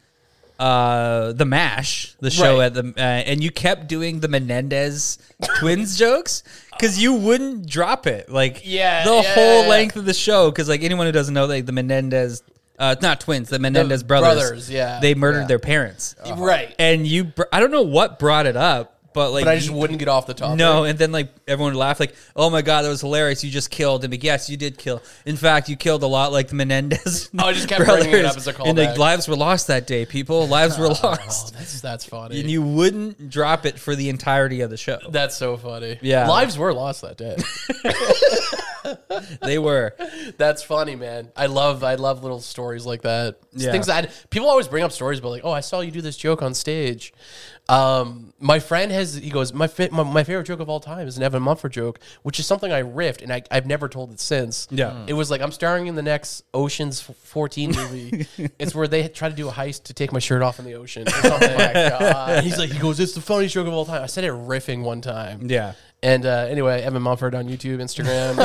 S1: uh, the Mash, the show
S2: Right.
S1: at the, uh, and you kept doing the Menendez twins jokes because you wouldn't drop it. Like
S2: Yeah,
S1: the
S2: yeah,
S1: whole
S2: yeah.
S1: length of the show. Because like anyone who doesn't know, like the Menendez. Uh, not twins, the Menendez brothers.
S2: brothers, yeah.
S1: they murdered
S3: Yeah.
S1: their parents,
S2: Right.
S1: and you. Br- I don't know what brought it up, but like
S2: But I just
S1: you-
S2: wouldn't get off the topic. Oh,
S1: no, and then like everyone laughed, like, "Oh my god, that was hilarious! You just killed." And like, yes, you did kill. In fact, you killed a lot, like the Menendez.
S2: Oh, I just kept bringing it up as a
S1: And
S2: callback.
S1: like, lives were lost that day. People, lives were lost,
S2: That's, that's funny.
S1: and you wouldn't drop it for the entirety of the show.
S2: that's so funny.
S1: Yeah.
S2: Lives were lost that day.
S1: they were.
S2: That's funny, man. I love I love little stories like that. It's
S1: Yeah.
S2: Things that people always bring up stories about, like, oh, I saw you do this joke on stage. Um, my friend has he goes my, fa- my my favorite joke of all time is an Evan Mumford joke, which is something I riffed and I I've never told it since.
S1: Yeah. Mm.
S2: it was like I'm starring in the next Ocean's 14 movie. it's where they try to do a heist to take my shirt off in the ocean. Or something.
S1: Oh
S2: And he's like he goes, it's the funniest joke of all time. I said it riffing one time.
S1: Yeah.
S2: And uh, anyway, Evan Mumford on YouTube, Instagram.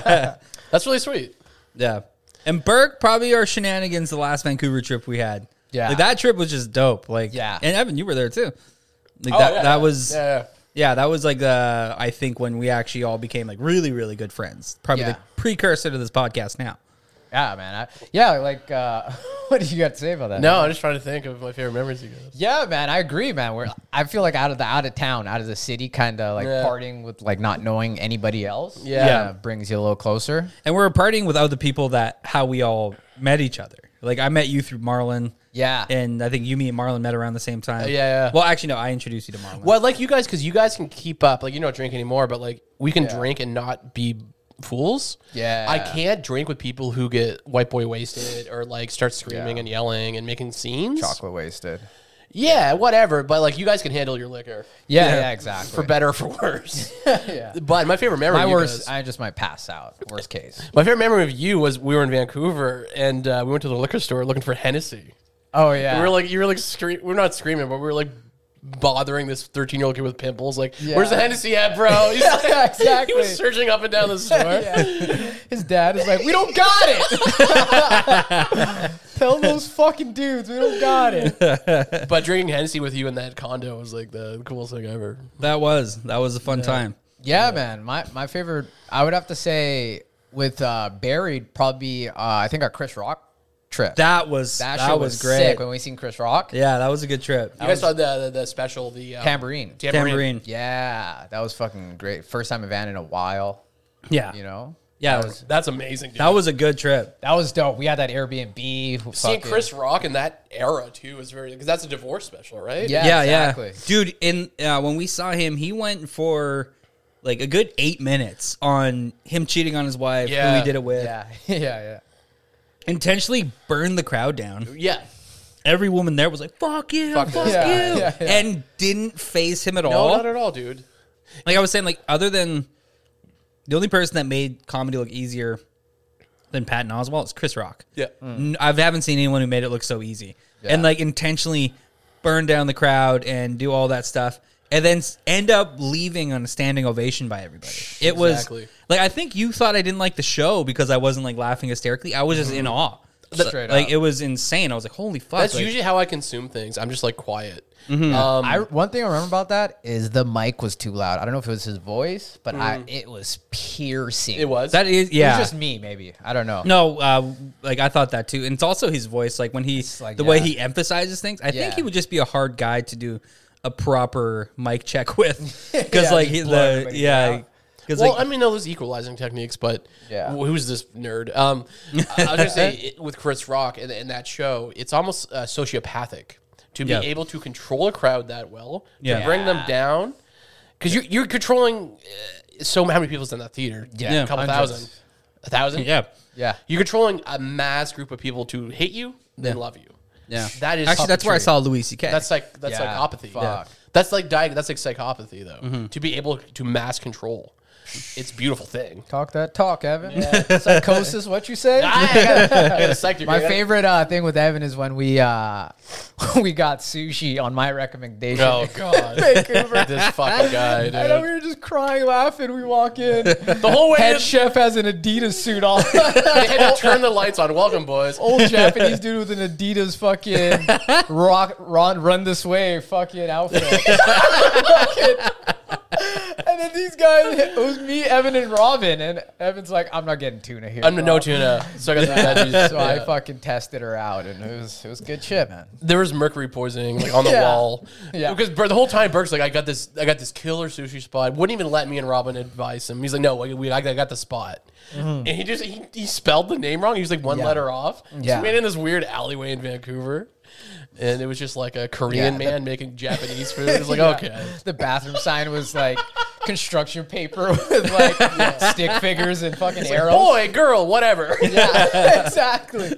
S2: That's really sweet.
S1: Yeah. And Burke probably our shenanigans the last Vancouver trip we had.
S3: Yeah.
S1: Like that trip was just dope. Like
S3: Yeah.
S1: And Evan, you were there too. Like that that was Oh, yeah.
S2: Oh, yeah.
S1: that was like uh I think when we actually all became like really, really good friends. Probably
S3: Yeah.
S1: the precursor to this podcast now.
S3: Yeah, man. I, yeah, like, uh, what do you got to say about that?
S2: No, I'm just trying to think of my favorite memories you guys.
S3: Yeah, man, I agree, man. We're I feel like out of the out of town, out of the city, kind of like
S2: Yeah.
S3: partying with like not knowing anybody else.
S2: Yeah.
S3: Kinda brings you a little closer.
S1: And we were partying with other people that how we all met each other. Like I met you through Marlon.
S3: Yeah.
S1: And I think you, me, and Marlon met around the same time.
S2: yeah, yeah.
S1: Well, actually, no, I introduced you to Marlon.
S2: Well, I like you guys, because you guys can keep up. Like, you don't drink anymore, but like, we can drink and not be fools.
S3: Yeah.
S2: I can't drink with people who get white boy wasted or like start screaming
S3: Yeah.
S2: and yelling and making scenes.
S3: Chocolate wasted.
S2: Yeah, whatever. But like, you guys can handle your liquor
S3: Yeah,
S1: Yeah.
S3: yeah, exactly.
S2: for better or for worse.
S3: Yeah.
S2: But my favorite memory,
S3: My
S2: you
S3: worst,
S2: guys-
S3: I just might pass out. Worst case.
S2: my favorite memory of you was we were in Vancouver and uh, we went to the liquor store looking for Hennessy.
S3: Oh yeah.
S2: We were like, you were like, scream. We're not screaming, but we were like bothering this 13 year old kid with pimples. Like,
S3: Yeah.
S2: where's the Hennessy at, bro? He's
S3: Yeah,
S2: like-
S3: exactly.
S2: He was searching up and down the store.
S3: Yeah. His dad is like, we don't got it. Tell those fucking dudes we don't got it.
S2: But drinking Hennessy with you in that condo was like the coolest thing ever.
S1: that was that was a fun time.
S3: Yeah, man. My my favorite, I would have to say, with uh, buried, probably uh, I think our Chris Rock trip.
S1: That was that,
S3: that, shit
S1: was,
S3: was
S1: great.
S3: sick when we seen Chris Rock.
S1: Yeah, that was a good trip.
S2: You guys saw the, the, the special, the um,
S3: Tambourine.
S1: Tambourine.
S3: Yeah, that was fucking great. First time in van in a while.
S1: Yeah.
S3: You know,
S1: Yeah, it was,
S2: That's amazing, dude.
S1: that was a good trip.
S3: that was dope. We had that Airbnb.
S2: Seeing
S3: fucking-
S2: Chris Rock in that era, too, is very, because that's a divorce special, right?
S3: Yeah,
S1: Yeah,
S3: exactly.
S1: yeah. Dude, in uh, when we saw him, he went for like a good eight minutes on him cheating on his wife, who
S2: Yeah.
S1: he did it with.
S3: Yeah, yeah, yeah.
S1: Intentionally burned the crowd down.
S2: Yeah.
S1: Every woman there was like, fuck you,
S2: Fuck
S1: fuck,
S2: this
S1: you.
S3: guy. Yeah, yeah, yeah.
S1: And didn't face him at
S2: No,
S1: all.
S2: not at all, dude.
S1: Like I was saying, like other than the only person that made comedy look easier than Patton Oswalt is Chris Rock.
S2: Yeah.
S1: N- I haven't seen anyone who made it look so easy and like intentionally burn down the crowd and do all that stuff and then s- end up leaving on a standing ovation by everybody. It was
S2: Exactly.
S1: like I think you thought I didn't like the show because I wasn't like laughing hysterically. I was just in awe. So,
S3: Straight
S1: like
S3: up.
S1: it was insane. I was like, "Holy fuck!"
S2: Mm-hmm. That's
S1: like,
S2: usually how I consume things. I'm just like quiet.
S1: Mm-hmm.
S2: Um,
S3: I one thing I remember about that is the mic was too loud. I don't know if it was his voice, but I it was piercing.
S2: it was.
S1: that is
S3: Mm. It
S1: yeah.
S3: was just me, maybe. I don't know.
S1: No, uh, like I thought that too, and it's also his voice. Like when he,
S3: like,
S1: the way
S3: yeah.
S1: he emphasizes things, I think
S3: Yeah.
S1: he would just be a hard guy to do a proper mic check with, because
S3: Yeah,
S1: like
S3: just
S1: he,
S3: blow
S1: the
S3: everybody
S1: yeah,
S3: out.
S1: because
S2: Well,
S1: like
S2: I mean, no, those equalizing techniques, but
S3: Yeah.
S2: wh- who's this nerd? Um, I was gonna say it- with Chris Rock and, and that show, it's almost uh, sociopathic to be
S1: Yeah.
S2: able to control a crowd that well to
S1: Yeah.
S2: bring them down because you're you're controlling uh, so how many people's in that theater?
S3: Yeah.
S1: Yeah.
S2: a couple
S3: Hundreds.
S2: thousand, a thousand.
S1: yeah,
S3: Yeah.
S2: you're controlling a mass group of people to hate you then love you.
S1: yeah.
S2: that is
S1: actually that's where I
S2: puppetry.
S1: saw Louis C.K.
S2: That's like that's
S3: Yeah,
S2: psychopathy.
S3: fuck. Mm-hmm.
S2: That's like di- that's like psychopathy though. To be able to mass control, it's a beautiful thing.
S3: Talk that talk, Evan. Psychosis, what you say?
S2: I got a psych degree.
S3: My favorite uh, thing with Evan is when we uh, we got sushi on my recommendation.
S2: Oh god,
S3: Vancouver.
S2: this fucking guy.
S3: I know we
S2: Dude.
S3: were just crying, laughing. We walk in.
S2: The whole way
S3: Head
S2: to,
S3: chef has an Adidas suit on.
S2: they had to turn the lights on. Welcome, boys.
S3: Old Japanese dude with an Adidas fucking rock, run, run this way fucking outfit. Fucking- and then these guys, it was me, Evan, and Robin. And Evan's like, I'm not getting tuna here.
S2: I'm the no
S3: bro."
S2: tuna, so I got the veggies.
S3: So I fucking tested her out, and it was it was good shit, man.
S2: there was mercury poisoning like on the
S3: Yeah.
S2: wall.
S3: Yeah.
S2: Because Bur- the whole time Burke's like, I got this, I got this killer sushi spot. Wouldn't even let me and Robin advise him. He's like, No, we, we- I, I got the spot. And he just he, he spelled the name wrong. He was like one
S3: Mm-hmm. Yeah.
S2: letter off. So
S3: Yeah.
S2: we went in this weird alleyway in Vancouver, and it was just like a Korean
S3: Yeah, the-
S2: man making Japanese food. It was like,
S3: Yeah.
S2: okay.
S3: The bathroom sign was like construction paper with like stick figures and fucking arrows.
S2: Boy, girl, whatever.
S3: yeah, exactly.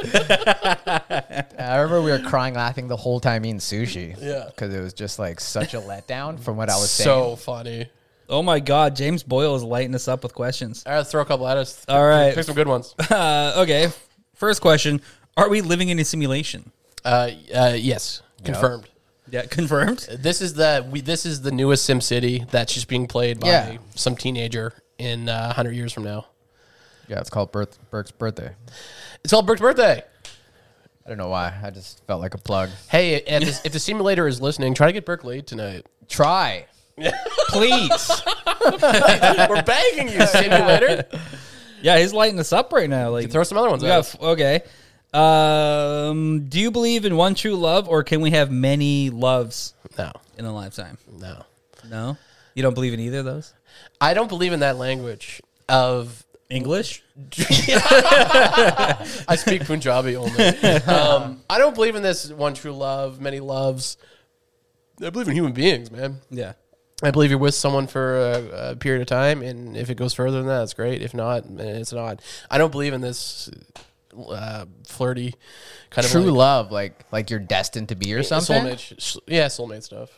S3: I remember we were crying laughing the whole time eating sushi.
S2: Yeah.
S3: Because it was just like such a letdown from what I was saying.
S2: so funny.
S1: Oh my God, James Boyle is lighting us up with questions.
S2: All right, let's throw a couple at us.
S1: All right.
S2: Pick some good ones.
S1: Uh, okay, first question: Are we living in a simulation?
S2: Uh, uh, yes, confirmed.
S1: Yeah, confirmed.
S2: This is the we, this is the newest Sim City that's just being played by
S3: Yeah.
S2: some teenager in uh, 100 years from now.
S3: Yeah, it's called Birth- Burke's birthday.
S2: It's all Burke's birthday.
S3: I don't know why. I just felt like a plug.
S2: Hey, if, this, if the simulator is listening, try to get Burke laid tonight.
S3: Try. Please.
S2: We're begging you, simulator.
S1: Yeah, he's lighting us up right now. Like,
S2: Throw some other ones
S1: we
S2: at
S1: got-
S2: us.
S1: okay. Um, do you believe in one true love, or can we have many loves
S2: No,
S1: in a lifetime?
S2: no.
S1: No, you don't believe in either of those.
S2: I don't believe in that language of
S1: English.
S2: I speak Punjabi only. Um, I don't believe in this one true love, many loves. I believe in human beings, man.
S1: Yeah.
S2: I believe you're with someone for a, a period of time, and if it goes further than that, it's great. If not, eh, it's not. I don't believe in this uh, flirty kind
S3: True
S2: of like,
S3: love, like like you're destined to be or something.
S2: soulmate, sh- yeah, soulmate stuff.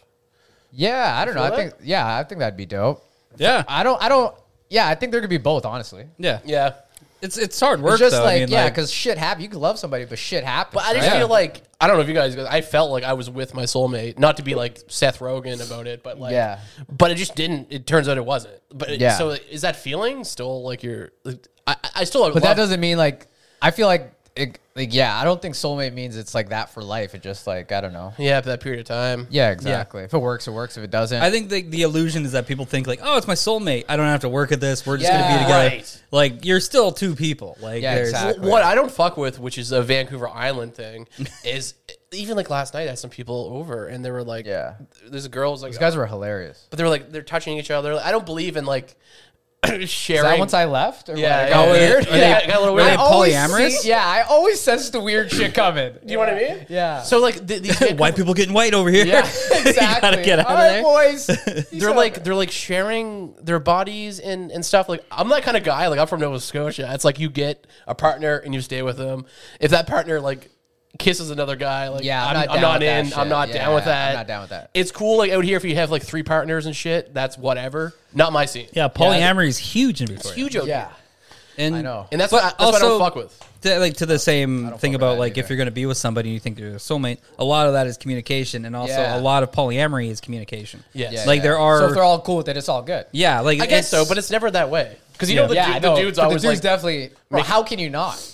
S3: Yeah, I don't know. I
S2: feel
S3: think yeah, I think that'd be dope.
S1: Yeah.
S3: I don't I don't yeah, I think there could be both, honestly.
S1: Yeah.
S2: Yeah,
S1: It's it's hard work.
S3: It's just
S1: though.
S3: like
S1: I mean,
S3: yeah,
S1: like-
S3: because shit happens. You could love somebody, but shit happens.
S2: but I just
S3: right?
S1: Yeah.
S2: feel like I don't know if you guys. I felt like I was with my soulmate, not to be like Seth Rogen about it, but like,
S3: Yeah.
S2: But it just didn't. It turns out it wasn't. But it,
S3: Yeah.
S2: so is that feeling still like you're? Like, I, I still.
S3: But that doesn't mean like I feel like it, like yeah, I don't think soulmate means it's like that for life. It just like I don't know.
S2: Yeah, for that period of time.
S3: Yeah, exactly. If it works, it works. If it doesn't,
S1: I think the, the illusion is that people think like, oh, it's my soulmate. I don't have to work at this. We're just gonna
S3: Yeah.
S1: be together.
S2: Right.
S1: Like you're still two people. Like
S3: Oh, Yeah,
S1: there's
S3: exactly.
S2: What I don't fuck with, which is a Vancouver Island thing, is even like last night I had some people over and they were like,
S3: Yeah.
S2: there's a girl was like,
S3: these guys were hilarious.
S2: but they were like they're touching each other. I don't believe in like sharing.
S3: Is that once I left? Or
S2: yeah, yeah,
S3: what? It got
S2: yeah.
S3: weird.
S2: Are they-
S1: Yeah.
S2: it got a little
S1: Were
S2: weird.
S1: they
S3: I always
S1: polyamorous?
S3: see- yeah, I always sense the weird shit coming.
S2: Do you know what I mean?
S3: Yeah.
S2: So like the, these Vancouver-
S1: white people getting white over here. you
S3: yeah, exactly.
S1: gotta get out
S3: All
S1: of
S3: right,
S1: there.
S3: boys. Peace
S2: They're
S3: out.
S2: like they're like sharing their bodies and, and stuff. Like I'm that kind of guy. Like I'm from Nova Scotia. It's like you get a partner and you stay with them. If that partner like kisses another guy, like
S3: Yeah, I'm
S2: I'm, I'm
S3: not down
S2: not
S3: with that
S2: in.
S3: shit.
S2: I'm not down with
S3: Yeah,
S2: that.
S3: I'm not down with that.
S2: It's cool like out here if you have like three partners and shit. That's whatever. Not my scene.
S1: Yeah, polyamory is huge in Victoria.
S2: It's huge out
S3: yeah,
S2: here.
S1: And,
S3: I know.
S2: And that's what I, that's what I don't fuck with.
S1: to- like to the same
S3: don't fuck
S1: thing
S3: with
S1: about
S3: that
S1: like if
S3: either.
S1: you're going to be with somebody and you think you're a soulmate, a lot of that is communication, and also
S3: Yeah.
S1: a lot of polyamory is communication.
S2: Yes.
S3: Yeah,
S1: like
S3: yeah.
S1: there are.
S3: So if they're all cool with it, it's all good.
S1: yeah, like
S2: I guess
S1: it's-
S2: so, but it's never that way. Because you know the,
S3: yeah,
S2: dude,
S3: no,
S2: the dude's
S3: but
S2: always
S3: the dude's
S2: like
S3: definitely. Bro, how can you not?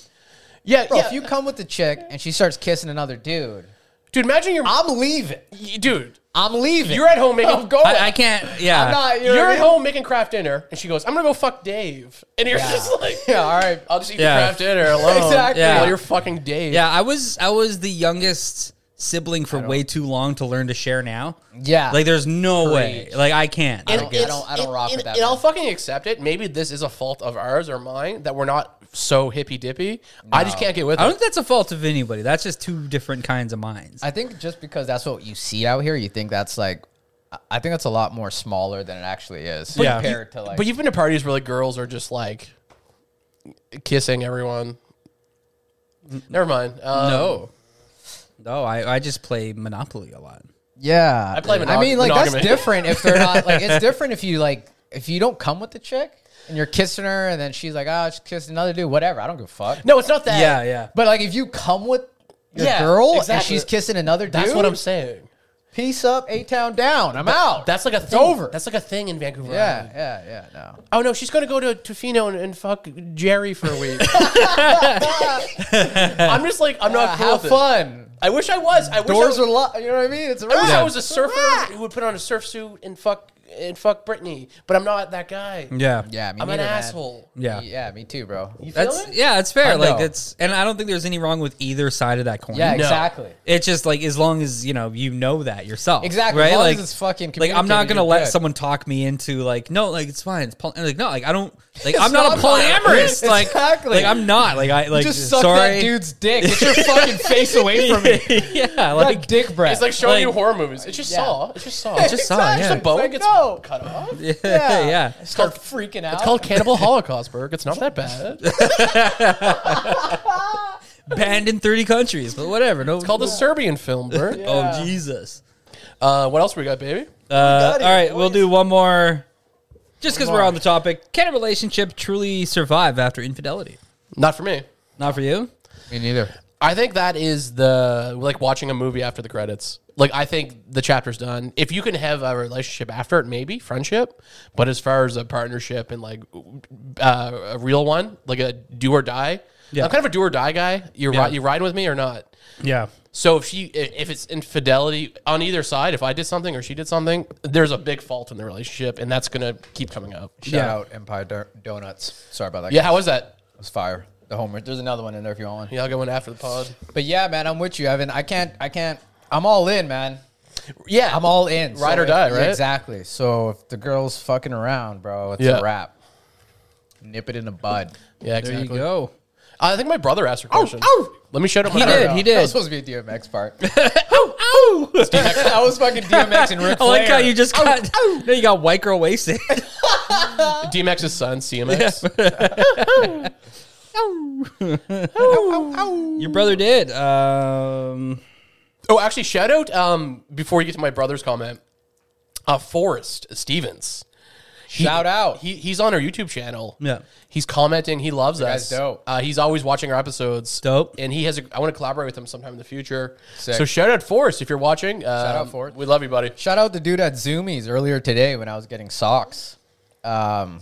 S2: yeah,
S3: Bro,
S2: yeah.
S3: if you come with the chick and she starts kissing another dude,
S2: dude, imagine you're
S3: I'm leaving.
S2: y- dude.
S3: I'm leaving.
S2: You're at home making
S3: I'm going.
S1: I, I can't. Yeah,
S3: Oh. I'm not. You know
S2: You're,
S3: what I
S2: at
S3: mean?
S2: home making craft dinner, and she goes, "I'm gonna go fuck Dave," and you're just like,
S3: Yeah. All right. Oh,
S2: I'll just eat
S1: Yeah.
S2: the craft dinner alone.
S3: Exactly.
S1: Yeah.
S2: While you're fucking Dave.
S1: yeah. I was I was the youngest sibling for way too long to learn to share now.
S3: Yeah.
S1: Like there's no way. Like I can't.
S2: And
S1: I
S3: get-
S1: guess.
S3: I don't- I don't
S2: and-
S3: rock with
S2: and-
S3: that
S2: And I'll
S3: one.
S2: fucking accept it. Maybe this is a fault of ours or mine that we're not so hippy dippy. I just can't get with
S1: I don't
S2: it.
S1: think that's a fault of anybody. That's just two different kinds of minds.
S3: I think just because that's what you see out here, you think that's like, I- I think that's a lot more smaller than it actually is.
S1: Yeah.
S3: Compared to like,
S2: But you've been to parties where like girls are just like kissing everyone. Never mind. Um,
S1: no, no. Oh, I, I just play Monopoly a lot.
S3: yeah,
S2: I play
S3: I
S2: monog-
S3: mean, like that's
S2: monogamy.
S3: different if they're not like it's different if you like if you don't come with the chick and you're kissing her and then she's like, oh, she's kissing another dude, whatever. I don't give a fuck.
S2: no, it's not that.
S1: Yeah, yeah.
S3: But like if you come with your
S2: Yeah,
S3: girl and
S2: exactly.
S3: she's kissing another dude,
S2: That's what I'm saying.
S3: Peace up, A Town down. I'm out.
S2: That's like a
S3: it's
S2: thing.
S3: over.
S2: That's like a thing in Vancouver.
S3: yeah,
S2: Island.
S3: yeah, yeah. No,
S2: Oh no, she's gonna go to Tofino and, and fuck Jerry for a week. I'm just like I'm
S3: yeah,
S2: not cool
S3: Uh, have
S2: with it.
S3: fun.
S2: I wish I was. I wish I
S3: Doors
S2: was-
S3: are locked. You know what I mean? It's a
S2: I wish I
S3: wrap.
S2: was a surfer who would put on a surf suit and fuck and fuck Britney, but I'm not that guy.
S1: Yeah,
S3: Yeah, me
S2: I'm an
S3: neither, man.
S2: asshole.
S1: yeah.
S3: yeah, me too, bro.
S2: You feel
S1: That's
S2: it?
S1: yeah, it's fair.
S3: I
S1: like
S3: know.
S1: it's and I don't think there's any wrong with either side of that coin.
S3: Yeah, exactly.
S1: It's just like as long as you know you know that yourself,
S3: Exactly, as
S1: Right?
S3: long as
S1: like
S3: it's fucking
S1: like I'm not
S3: communicated,
S1: gonna
S3: you're
S1: let
S3: good.
S1: someone talk me into like no, like it's fine. It's poly-. like no, like I don't like
S3: It's
S1: I'm not a
S3: not fine.
S1: polyamorous. like
S3: Exactly.
S1: like I'm not like I like
S3: Just suck
S1: sorry.
S3: that dude's dick. Get your fucking face away from me.
S1: yeah,
S3: Like
S1: like
S3: dick breath.
S2: It's like showing you
S1: Like-
S2: horror movies. It's just
S3: Yeah.
S2: Saw. It's just Saw.
S1: just Saw, yeah.
S2: It's a bone
S3: It's like,
S2: gets
S3: no, no.
S2: cut off.
S1: Yeah,
S3: Yeah.
S1: yeah.
S3: I Start freaking out.
S2: It's called Cannibal Holocaust, Burke. It's not that bad. It's
S1: Banned in 30 countries, but whatever. No,
S2: called the Serbian film, Burke.
S1: Oh, Jesus.
S2: Uh, what else we got, baby?
S1: Uh,
S3: got it,
S1: all right, we'll
S3: boys.
S1: do one more. Just because
S2: One
S1: we're
S2: more.
S1: on the topic, can a relationship truly survive after infidelity?
S2: Not for me.
S1: Not for you.
S3: Me neither.
S2: I think that is the like watching a movie after the credits. Like I think the chapter's done. If you can have a relationship after it, maybe friendship, but as far as a partnership and like uh, a real one, like a do or die.
S1: Yeah.
S2: I'm kind of a do or die guy. You
S1: Yeah.
S2: ri- you riding with me or not?
S1: Yeah.
S2: So if she i- if it's infidelity on either side, if I did something or she did something, there's a big fault in the relationship, and that's gonna keep coming up.
S3: Shout
S1: Yeah.
S3: out Empire Do- Donuts. Sorry about that.
S2: Yeah, how was that?
S3: it was fire. The homer. There's another one in there if you want one.
S2: Yeah, I'll go in after the pod.
S3: But yeah, man, I'm with you, Evan. I can't. I can't. I'm all in, man.
S2: Yeah,
S3: I'm all in.
S2: Ride or die,
S3: if-
S2: right?
S3: Exactly. So if the girl's fucking around, bro, it's
S2: Yeah.
S3: a wrap. Nip it in the bud.
S1: There
S2: Yeah, exactly.
S1: you go. Oh,
S2: I think my brother asked a question. Let me shout out.
S1: He
S2: my
S1: did,
S2: brother.
S1: he
S3: That
S1: did.
S3: was supposed to be a DMX part.
S1: Ow!
S3: I was fucking DMX and Ric
S1: I like how
S3: Flair.
S1: you just got. No, you got white girl wasted.
S2: DMX's son, CMX.
S1: Your brother did. Um,
S2: Oh, actually, shout out um, before you get to my brother's comment. Uh, Forrest Stevens. He-
S3: Shout out.
S2: He, he's on our YouTube channel.
S1: Yeah.
S2: He's commenting. He loves us.
S3: guy's dope.
S2: Uh, he's always watching our episodes.
S1: Dope.
S2: And he has. A, I want to collaborate with him sometime in the future.
S3: Sick.
S2: So shout out Forrest if you're watching. Uh,
S3: out Forrest.
S2: We love you, buddy.
S3: Shout out the dude at Zoomies earlier today when I was getting socks. Um,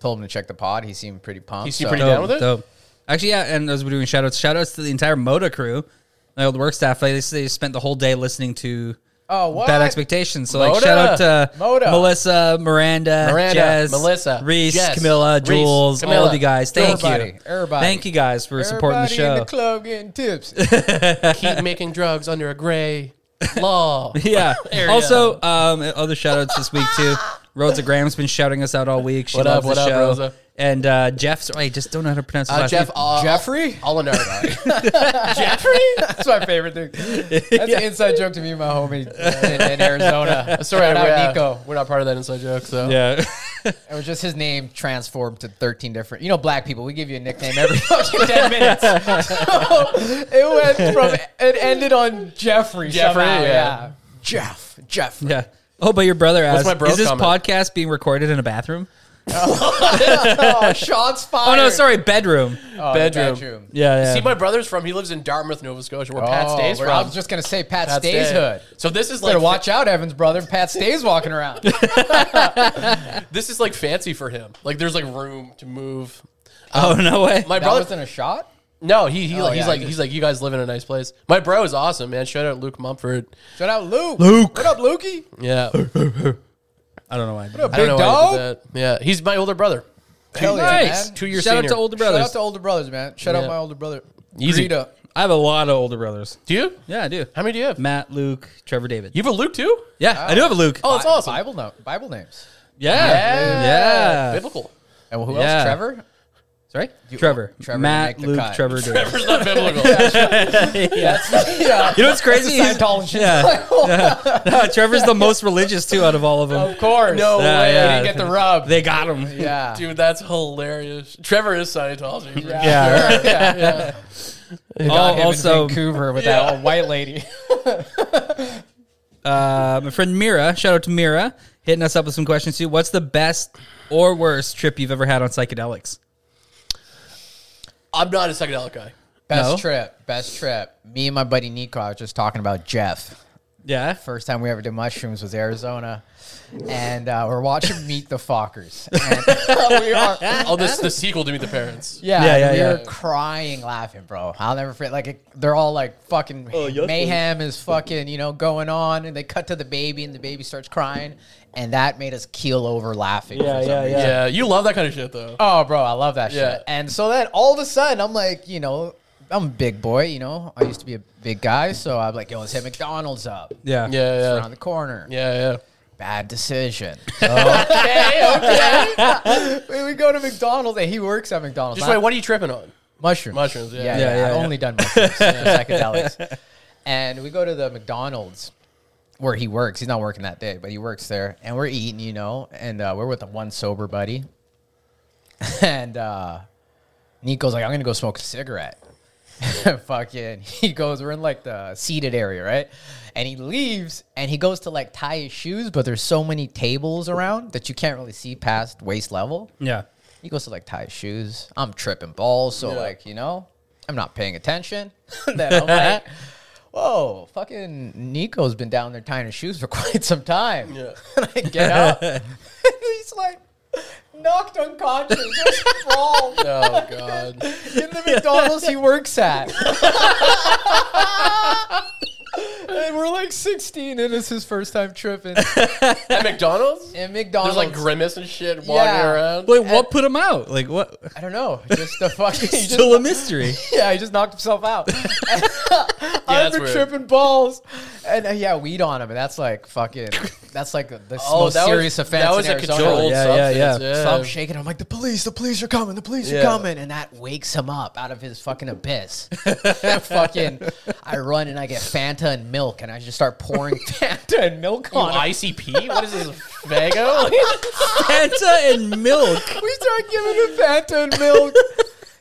S3: told him to check the pod. He seemed pretty pumped.
S2: He seemed
S3: so-
S2: pretty- You down
S1: dope,
S2: with it?
S1: dope. Actually, yeah. And as we're doing shout outs, shout outs to the entire Moda crew, my old work staff. They, they spent the whole day listening to.
S3: Oh, what?
S1: Bad expectations. So, like,
S2: Moda.
S1: shout out to
S3: Moda.
S1: Melissa, Miranda,
S2: Miranda,
S1: Jess,
S2: Melissa,
S1: Reese,
S2: Jess,
S1: Camilla,
S2: Reese,
S1: Jules, all of
S2: Camilla.
S1: you guys. Thank you,
S3: Everybody, everybody.
S1: Thank you guys for supporting the
S3: Everybody
S1: show.
S3: in the club getting tips.
S2: Keep making drugs under a gray law.
S1: Yeah.
S2: Area.
S1: Also, um, other shout outs this week too. Rosa Graham's been shouting us out all week. She
S2: What up,
S1: loves
S2: what
S1: the
S2: up,
S1: show.
S2: Rosa?
S1: And uh, Jeff's. I just don't know how to pronounce his
S2: Uh,
S1: last
S2: Jeff.
S1: name.
S2: Uh,
S3: Jeffrey?
S2: Olinar.
S3: Jeffrey? That's my favorite thing. That's an inside joke to me and my homie uh, in, in Arizona.
S2: Sorry,
S3: Shout out
S2: we're, uh,
S3: Nico.
S2: We're not part of that inside joke. So
S1: Yeah.
S3: It was just his name transformed to 13 different. You know, black people, we give you a nickname every fucking 10 minutes. So, it went from, it ended on Jeffrey.
S2: Jeffrey,
S3: somehow,
S2: yeah.
S3: Jeff. Jeff.
S1: yeah. Oh, but your brother asked,
S2: my bro
S1: "Is this
S2: comment?
S1: podcast being recorded in a bathroom?"
S3: Oh, shots
S1: Oh
S3: fired.
S1: no, sorry, bedroom.
S3: Oh, the
S2: Bedroom.
S1: Yeah, yeah.
S2: See, my brother's from. He lives in Dartmouth, Nova Scotia, where Pat
S3: Oh,
S2: stays
S3: we're-
S2: from.
S3: I was just going to say Pat,
S2: Pat
S3: Stays
S2: Stay.
S3: hood.
S2: So this is like
S3: Better watch out, Evan's brother. Pat Stays walking around.
S2: this is like fancy for him. Like there's like room to move.
S1: oh no way.
S2: My
S3: that
S2: brother,
S3: wasn't a shot?
S2: no, he, he like, he's
S3: yeah,
S2: like
S3: he
S2: he's like you guys live in a nice place. My bro is awesome, man. Shout out Luke Mumford.
S3: Shout out Luke.
S1: Luke.
S3: What up, Lukey?
S2: Yeah, I don't
S1: I don't know why. I did that.
S3: Big
S2: know why I
S3: dog.
S2: did that. Yeah, he's my older brother.
S3: Hell yeah,
S1: Nice.
S3: man.
S2: Two years
S1: Shout out
S2: senior.
S1: to older
S3: Shout
S1: brothers.
S3: out to older brothers, man. Shout
S2: Yeah.
S3: out my older brother.
S2: Easy.
S3: Greedo.
S1: I have a lot of older brothers.
S2: Do you?
S1: Yeah, I do.
S2: How many do you have?
S1: Matt, Luke, Trevor, David.
S2: You have a Luke too?
S1: yeah, I do have a Luke.
S2: Oh, that's
S3: Bi-
S2: awesome.
S3: Bible, no- Bible names.
S1: yeah, yeah.
S2: biblical.
S3: And who
S1: Yeah.
S3: else? Trevor?
S1: Sorry, Trevor.
S3: Trevor
S1: Matt,
S3: didn't make the
S1: Luke,
S3: cut.
S1: Trevor, David.
S2: Trevor's not biblical.
S3: yeah.
S1: You know what's crazy?
S3: That's
S1: He's-
S3: a Scientologist.
S1: Yeah. No, Trevor's the most religious too out of all of them.
S3: Of course.
S2: No
S1: Yeah,
S2: way.
S1: yeah.
S3: You didn't get the rub.
S1: They got him.
S3: yeah.
S2: Dude, that's hilarious. Trevor is Scientology. for
S3: Yeah.
S1: Yeah.
S3: Sure. yeah, yeah. They got
S1: Oh,
S3: him in
S1: also-
S3: Vancouver with
S2: Yeah.
S3: that old white lady.
S1: Uh, my friend Mira, shout out to Mira, hitting us up with some questions too. What's the best or worst trip you've ever had on psychedelics?
S2: I'm not a psychedelic guy.
S3: Best
S1: No.
S3: trip. Best trip. Me and my buddy Nico I was just talking about Jeff.
S1: Yeah.
S3: first time we ever did mushrooms was Arizona, and uh, we're watching Meet the Fockers. And we are, yeah,
S2: Oh, this the sequel to Meet the Parents.
S1: Yeah, yeah,
S3: we
S1: yeah.
S3: were crying, laughing, bro. I'll never forget. Like it, they're all like fucking
S2: Oh,
S3: mayhem is fucking you know going on, and they cut to the baby, and the baby starts crying, and that made us keel over laughing. for some reason.
S2: Yeah. you love that kind of shit though.
S3: Oh, bro, I love that
S2: Yeah.
S3: shit. And so then all of a sudden, I'm like, you know, I'm a big boy. You know, I used to be a big guy, so I'm like, yo, let's hit McDonald's up.
S1: Yeah.
S2: Yeah,
S3: It's
S2: yeah,
S3: around the corner.
S2: yeah, yeah.
S3: Bad decision. okay, okay. we would go to McDonald's and he works at McDonald's.
S2: Just
S3: Not-
S2: wait, what are you tripping on?
S3: mushrooms.
S2: Mushrooms, yeah.
S3: yeah,
S1: Yeah,
S3: yeah,
S1: yeah,
S3: I've
S1: yeah.
S3: only done mushrooms, no psychedelics. And we go to the McDonald's where he works. He's not working that day, but he works there, and we're eating, you know, and uh, we're with the one sober buddy, and uh, Nico's like, I'm gonna go smoke a cigarette. Fucking, he goes. We're in like the seated area, right? And he leaves, and he goes to like tie his shoes, but there's so many tables around that you can't really see past waist level.
S1: Yeah.
S3: He goes to like tie his shoes. I'm tripping balls, so
S2: Yeah.
S3: like you know, I'm not paying attention. then I'm like, whoa, fucking Nico's been down there tying his shoes for quite some time.
S2: Yeah.
S3: and I get up, and he's like knocked unconscious, just sprawled
S2: Oh god.
S3: in the McDonald's he works at. and we're like 16, and it's his first time tripping.
S2: At McDonald's?
S3: And
S2: There's
S3: McDonald's,
S2: like grimace and shit walking
S3: Yeah.
S2: around.
S1: Wait, what put him out? Like what?
S3: I don't know, just the fucking. he just
S1: Still a mystery.
S3: Yeah, he just knocked himself out. I've
S2: that's
S3: been
S2: weird.
S3: tripping balls, and uh, yeah, weed on him, and that's like fucking. That's like the most
S2: Oh, that was-
S3: serious offense.
S2: That was
S3: in
S2: a
S3: Arizona.
S2: controlled
S1: Yeah, yeah,
S2: substance.
S1: yeah.
S3: So I'm shaking. I'm like, the police, the police are coming, the police
S2: Yeah.
S3: are coming, and that wakes him up out of his fucking abyss. fucking, I run and I get Fanta and milk, and I just start pouring Fanta and milk on. him.
S2: ICP? What is this, Vago?
S1: Fanta and milk.
S3: we start giving him Fanta and milk,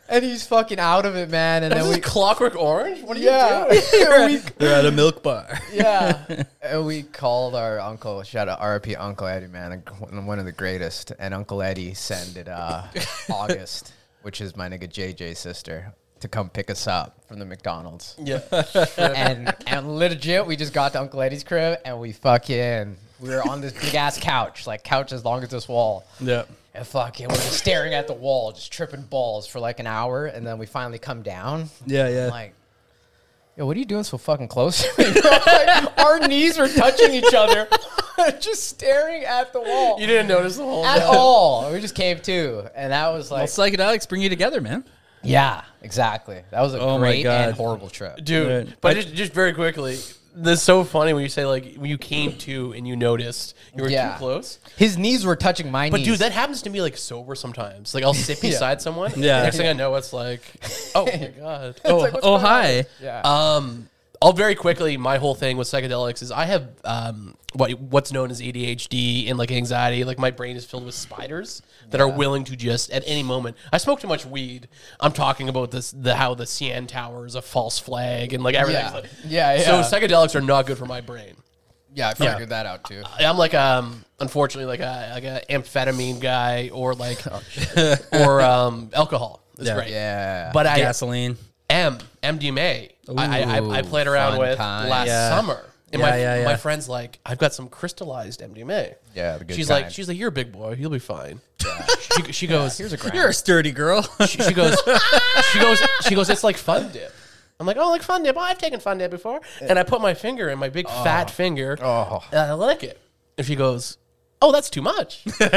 S3: and he's fucking out of it, man. And
S2: Is
S3: then
S2: this
S3: we.
S2: Clockwork Orange? What are
S3: Yeah,
S2: you doing?
S3: And we
S1: They're at a milk bar.
S3: yeah. and we called our uncle, shout out RP Uncle Eddie, man, one one of the greatest. And Uncle Eddie sent it uh, August, which is my nigga JJ sister, to come pick us up from the McDonald's.
S2: Yeah.
S3: and and legit, we just got to Uncle Eddie's crib and we fucking we were on this big ass couch, like couch as long as this wall.
S1: Yeah.
S3: And fucking, we're just staring at the wall, just tripping balls for like an hour, and then we finally come down.
S1: Yeah,
S3: I'm
S1: yeah.
S3: like, yo, what are you doing so fucking close to me? bro?" Like, our knees were touching each other, just staring at the wall.
S2: You didn't notice the whole
S3: at
S2: time.
S3: all. We just came to, and that was
S1: Well,
S3: like,
S1: psychedelics bring you together, man.
S3: yeah, exactly. That was a
S1: Oh my
S3: great and
S1: God.
S3: horrible trip.
S2: Dude,
S1: Right.
S2: but
S1: I-
S2: just, just very quickly, that's so funny when you say, like, when you came to and you noticed you were
S3: Yeah.
S2: too close.
S3: His knees were touching my
S2: But
S3: knees.
S2: dude, that happens to me like sober sometimes. Like I'll sit
S3: Yeah.
S2: beside someone.
S1: Yeah.
S2: Next thing I know, it's like, oh my god.
S1: Oh,
S3: like, what's
S1: oh
S3: going on?
S1: hi.
S3: yeah.
S2: Um, I'll very quickly. My whole thing with psychedelics is I have um what what's known as ADHD and like anxiety. Like my brain is filled with spiders that are willing to just at any moment. I smoke too much weed. I'm talking about this the how the CN Tower is a false flag and like everything.
S3: Yeah. Yeah, yeah.
S2: So psychedelics are not good for my brain.
S3: yeah, I figured that out too.
S2: I'm like um unfortunately like a like a amphetamine guy or like or um alcohol. That's
S1: Yeah.
S2: great.
S3: Oh, Yeah.
S2: But I
S1: Gasoline.
S2: M MDMA. I, I- I I played around
S3: fun
S2: with
S3: time.
S2: last
S1: Yeah.
S2: summer. And
S1: Yeah,
S2: my
S1: yeah, yeah.
S2: my friend's like, I've got some crystallized MDMA.
S3: Yeah, the good
S2: she's
S3: kind.
S2: like, she's like, you're a big boy. You'll be fine. She, she goes,
S3: Here's a grind.
S1: You're a sturdy girl.
S2: she, she goes, she goes, she goes. It's like fun dip. I'm like, oh, like fun dip. Oh, I've taken fun dip before. And I put my finger in my big fat finger,
S3: Oh.
S2: and I lick it. And she goes, oh, that's too much. I'm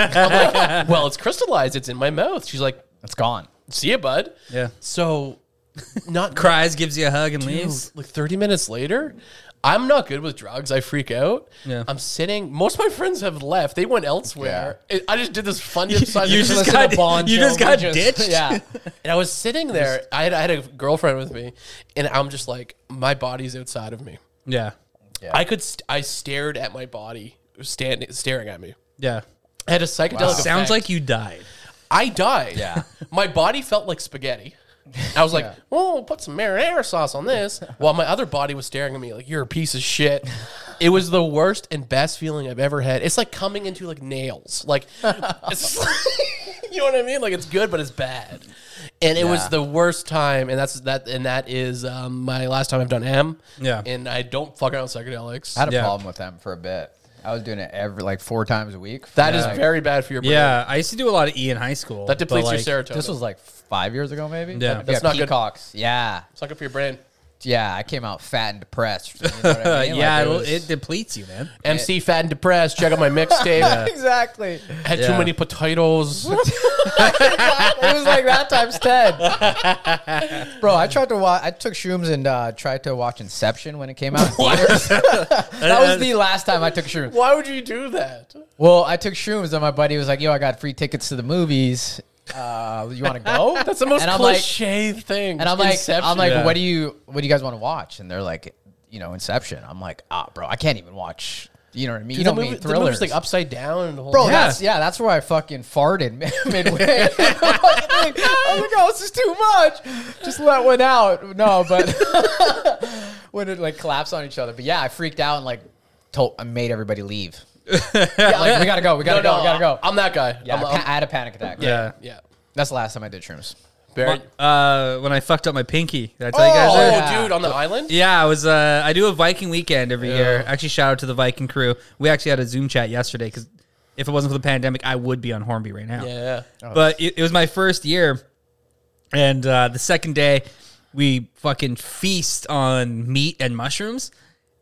S2: like, well, it's crystallized. It's in my mouth. She's like,
S3: it's gone.
S2: see ya, bud.
S1: yeah.
S2: So, not
S1: Cries, gives you a hug, and leaves.
S2: Dude, like 30 minutes later, I'm not good with drugs. I freak out.
S1: Yeah.
S2: I'm sitting. Most of my friends have left. They went elsewhere. It- I just did this fun dip side.
S1: you
S2: of-
S1: just
S3: Listen
S1: got-
S3: to Bon
S1: you just
S3: Jovi,
S1: got ditched?
S3: Yeah.
S2: and I was sitting there. I had, I had a girlfriend with me, and I'm just like, my body's outside of me.
S1: Yeah.
S3: Yeah.
S2: I could. St- I stared at my body, standing, staring at me.
S1: Yeah.
S2: I had a psychedelic.
S1: Sounds
S2: effect.
S1: like you died.
S2: I died.
S3: Yeah.
S2: My body felt like spaghetti. I was like, "Oh, put some marinara sauce on this," while my other body was staring at me like, "You're a piece of shit." It was the worst and best feeling I've ever had. It's like coming into like nails. Like, it's you know what I mean? Like it's good, but it's bad. And it was
S3: Yeah.
S2: the worst time. And that's that. And that is um, my last time I've done M.
S1: Yeah.
S2: And I don't fuck around with psychedelics.
S3: I had a
S1: Yeah.
S3: problem with them for a bit. I was doing it every like four times a week.
S2: That is
S3: Like,
S2: very bad for your brain.
S1: Yeah. I used to do a lot of E in high school.
S2: That depletes
S1: but, like,
S2: your serotonin.
S3: This was like five years ago, maybe.
S1: Yeah.
S2: That's not good.
S3: peacocks. Yeah,
S2: it's not good for your brain.
S3: yeah. I came out fat and depressed. You know what
S1: Uh,
S3: I mean?
S1: yeah,
S3: Like,
S1: it,
S3: it was-
S1: it depletes you, man.
S2: MC fat and depressed. Check out my mixtape.
S3: exactly.
S2: Had too
S1: Yeah.
S2: many potatoes.
S3: it was like that times ten. Bro, I tried to watch. I took shrooms and uh, tried to watch Inception when it came out. in theaters. that was the last time I took shrooms.
S2: Why would you do that?
S3: Well, I took shrooms and my buddy was like, "Yo, I got free tickets to the movies. Uh, you want to go?"
S2: That's the most
S3: And I'm like-
S2: cliche thing.
S3: and I'm like, "I'm like,
S1: Yeah.
S3: what do you, what do you guys want to watch?" And they're like, you know Inception. I'm like, ah, bro, I can't even watch. You know what I mean?
S2: Dude,
S3: you know
S2: the
S3: what I
S2: movie-
S3: mean?
S2: the movie's,
S3: Thrillers,
S2: like upside down. And the whole
S3: bro.
S1: Yeah.
S3: That's yeah. That's where I fucking farted midway. I was like, oh, this is too much. Just let one out. No, but when it like collapsed on each other. But yeah, I freaked out and like told, I made everybody leave. yeah, like we gotta go. We gotta go. we gotta go.
S2: I'm that guy.
S3: yeah, i
S2: I'm,
S3: pa-
S2: I'm-
S3: I had a panic attack.
S1: Yeah.
S2: yeah.
S3: that's the last time I did shrooms.
S2: Barry.
S1: Uh, when I fucked up my pinky, did I tell you guys
S2: Oh,
S1: that?
S3: yeah.
S2: dude, on the island.
S1: Yeah, I was. Uh, I do a Viking weekend every year. Actually, shout out to the Viking crew. We actually had a Zoom chat yesterday because if it wasn't for the pandemic, I would be on Hornby right now.
S2: Yeah.
S1: But it, it was my first year, and uh, the second day, we fucking feast on meat and mushrooms,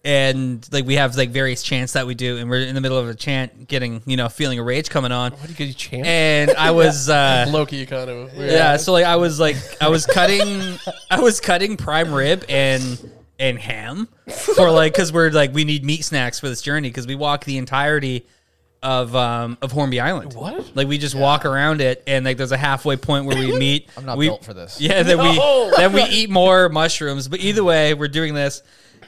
S1: and like we have like various chants that we do, and we're in the middle of a chant, getting you know feeling a rage coming on,
S2: What do you get? You champ?
S1: and I was. Uh,
S2: Loki kind of. weird.
S1: yeah, so like I was like I was cutting I was cutting prime rib and and ham for like cuz we're like we need meat snacks for this journey cuz we walk the entirety of um of Hornby Island.
S2: What?
S1: Like we just walk around it and like there's a halfway point where we meet.
S3: I'm not
S1: we,
S3: built for this.
S1: Yeah, then
S2: No.
S1: we then we eat more mushrooms, but either way, we're doing this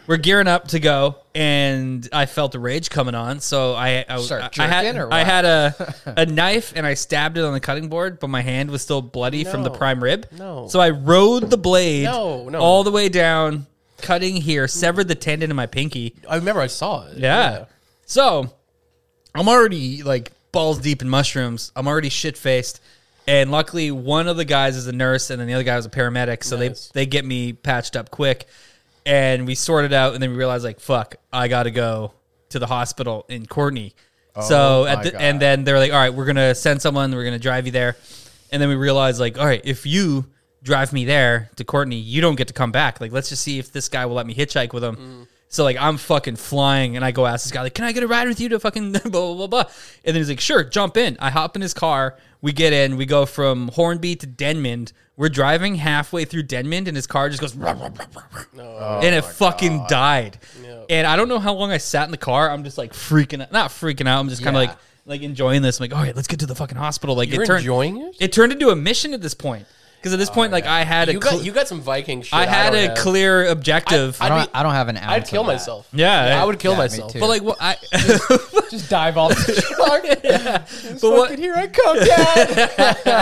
S1: we're gearing up to go, and I felt the rage coming on. So I, I,
S3: Start
S1: I- I had,
S3: jerking or
S1: I
S3: what?
S1: had a a knife, and I stabbed it on the cutting board, but my hand was still bloody from the
S2: No.
S1: prime rib.
S2: No.
S1: So I rode the blade
S2: No, no.
S1: all the way down, cutting here, severed the tendon in my pinky.
S2: I remember I saw it.
S1: Yeah. So I'm already like balls deep in mushrooms. I'm already shit faced. And luckily, one of the guys is a nurse, and then the other guy was a paramedic. So
S2: Nice.
S1: they they get me patched up quick, and we sorted out. And then we realized, like, fuck, I gotta go to the hospital in Courtney. so
S3: my
S1: at the,
S3: God.
S1: and then they're like, all right, we're gonna send someone. We're gonna drive you there. And then we realized, like, all right, if you drive me there to Courtney, you don't get to come back. Like, let's just see if this guy will let me hitchhike with him. So like I'm fucking flying, and I go ask this guy like, "Can I get a ride with you to fucking blah blah blah?" blah. And then he's like, "Sure, jump in." I hop in his car. We get in. We go from Hornby to Denmond. We're driving halfway through Denmond, and his car just goes, "Rah, rah, rah, rah, rah," and it fucking died. And I don't know how long I sat in the car. I'm just like freaking, out. not freaking out. I'm just kind of
S3: Yeah.
S1: like like enjoying this. I'm like, all right, let's get to the fucking hospital. Like
S2: You're
S1: it turned,
S2: enjoying it?
S1: It turned into a mission at this point. Because at this point, like I had a,
S2: You
S1: cl-
S2: got you got some Viking shit.
S1: I had
S2: a
S1: a clear objective.
S3: I
S2: I'd
S3: don't.
S2: be-
S3: I don't have an. ounce
S2: I'd kill
S3: of that.
S2: myself.
S1: yeah,
S2: I would kill
S3: Yeah, me
S2: myself.
S3: too.
S1: But like, what I.
S3: Just dive off the truck.
S1: But what-
S3: Fucking here I come, Dad.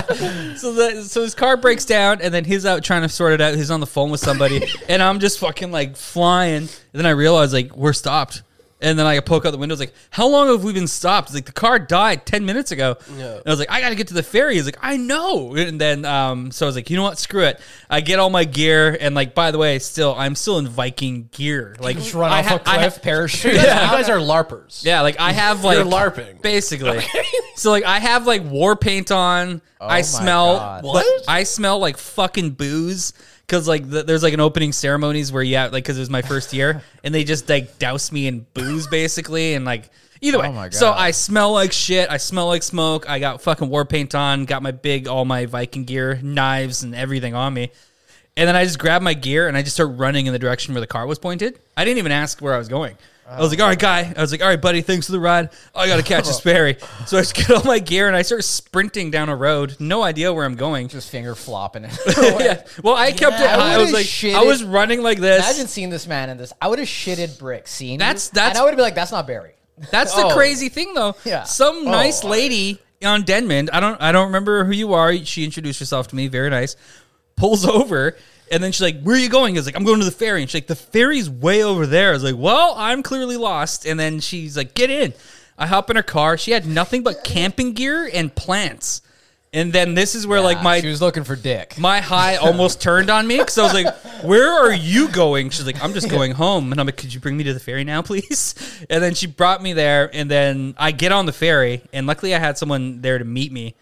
S1: So the, so his car breaks down, and then he's out trying to sort it out. He's on the phone with somebody, and I'm just fucking like flying. And then I realize like we're stopped. And then I poke out the windows like, "How long have we been stopped?" He's like the car died ten minutes ago.
S2: Yeah.
S1: And I was like, "I got to get to the ferry." He's like, "I know." And then um, so I was like, "You know what? Screw it." I get all my gear, and like by the way, still I'm still in Viking gear. Like
S3: Just run
S1: I
S3: off
S1: ha-
S3: a
S1: I ha-
S3: cliff, parachute.
S2: You guys are larpers.
S1: yeah, like I have like
S2: You're LARPing.
S1: basically. So like I have like war paint on.
S3: Oh my
S1: I smell
S3: God.
S1: like,
S2: What?
S1: I smell like fucking booze because like the, there's like an opening ceremonies where yeah like because it was my first year and they just like douse me in booze basically and like either way.
S3: Oh my
S1: So
S3: God.
S1: I smell like shit. I smell like smoke. I got fucking war paint on. Got my big all my Viking gear, knives and everything on me. And then I just grabbed my gear and I just started running in the direction where the car was pointed. I didn't even ask where I was going. I was like, all right, guy. I was like, all right, buddy, thanks for the ride. I got to catch this ferry. So I just get all my gear and I start sprinting down a road. No idea where I'm going.
S3: Just finger flopping it.
S1: yeah. Well, I kept it
S3: I
S1: high. I, was
S3: would've
S1: like,
S3: shitted-
S1: I was running like this.
S3: Imagine seeing this man in this. I would have shitted brick. Seen
S1: That's-
S3: you,
S1: that's-
S3: And I would have been like, "That's not Barry."
S1: That's the
S2: Oh.
S1: crazy thing, though.
S3: Yeah.
S1: Some
S3: Oh,
S1: nice
S3: I-
S1: lady on Denmond. I don't. I don't remember who you are. She introduced herself to me. Very nice. Pulls over. And then she's like, "Where are you going?" I was like, "I'm going to the ferry." And she's like, "The ferry's way over there." I was like, "Well, I'm clearly lost." And then she's like, "Get in." I hop in her car. She had nothing but camping gear and plants. And then this is where like my
S3: she was looking for dick.
S1: my high almost turned on me because I was like, "Where are you going?" She's like, "I'm just going home," and I'm like, "Could you bring me to the ferry now, please?" And then she brought me there, and then I get on the ferry, and luckily I had someone there to meet me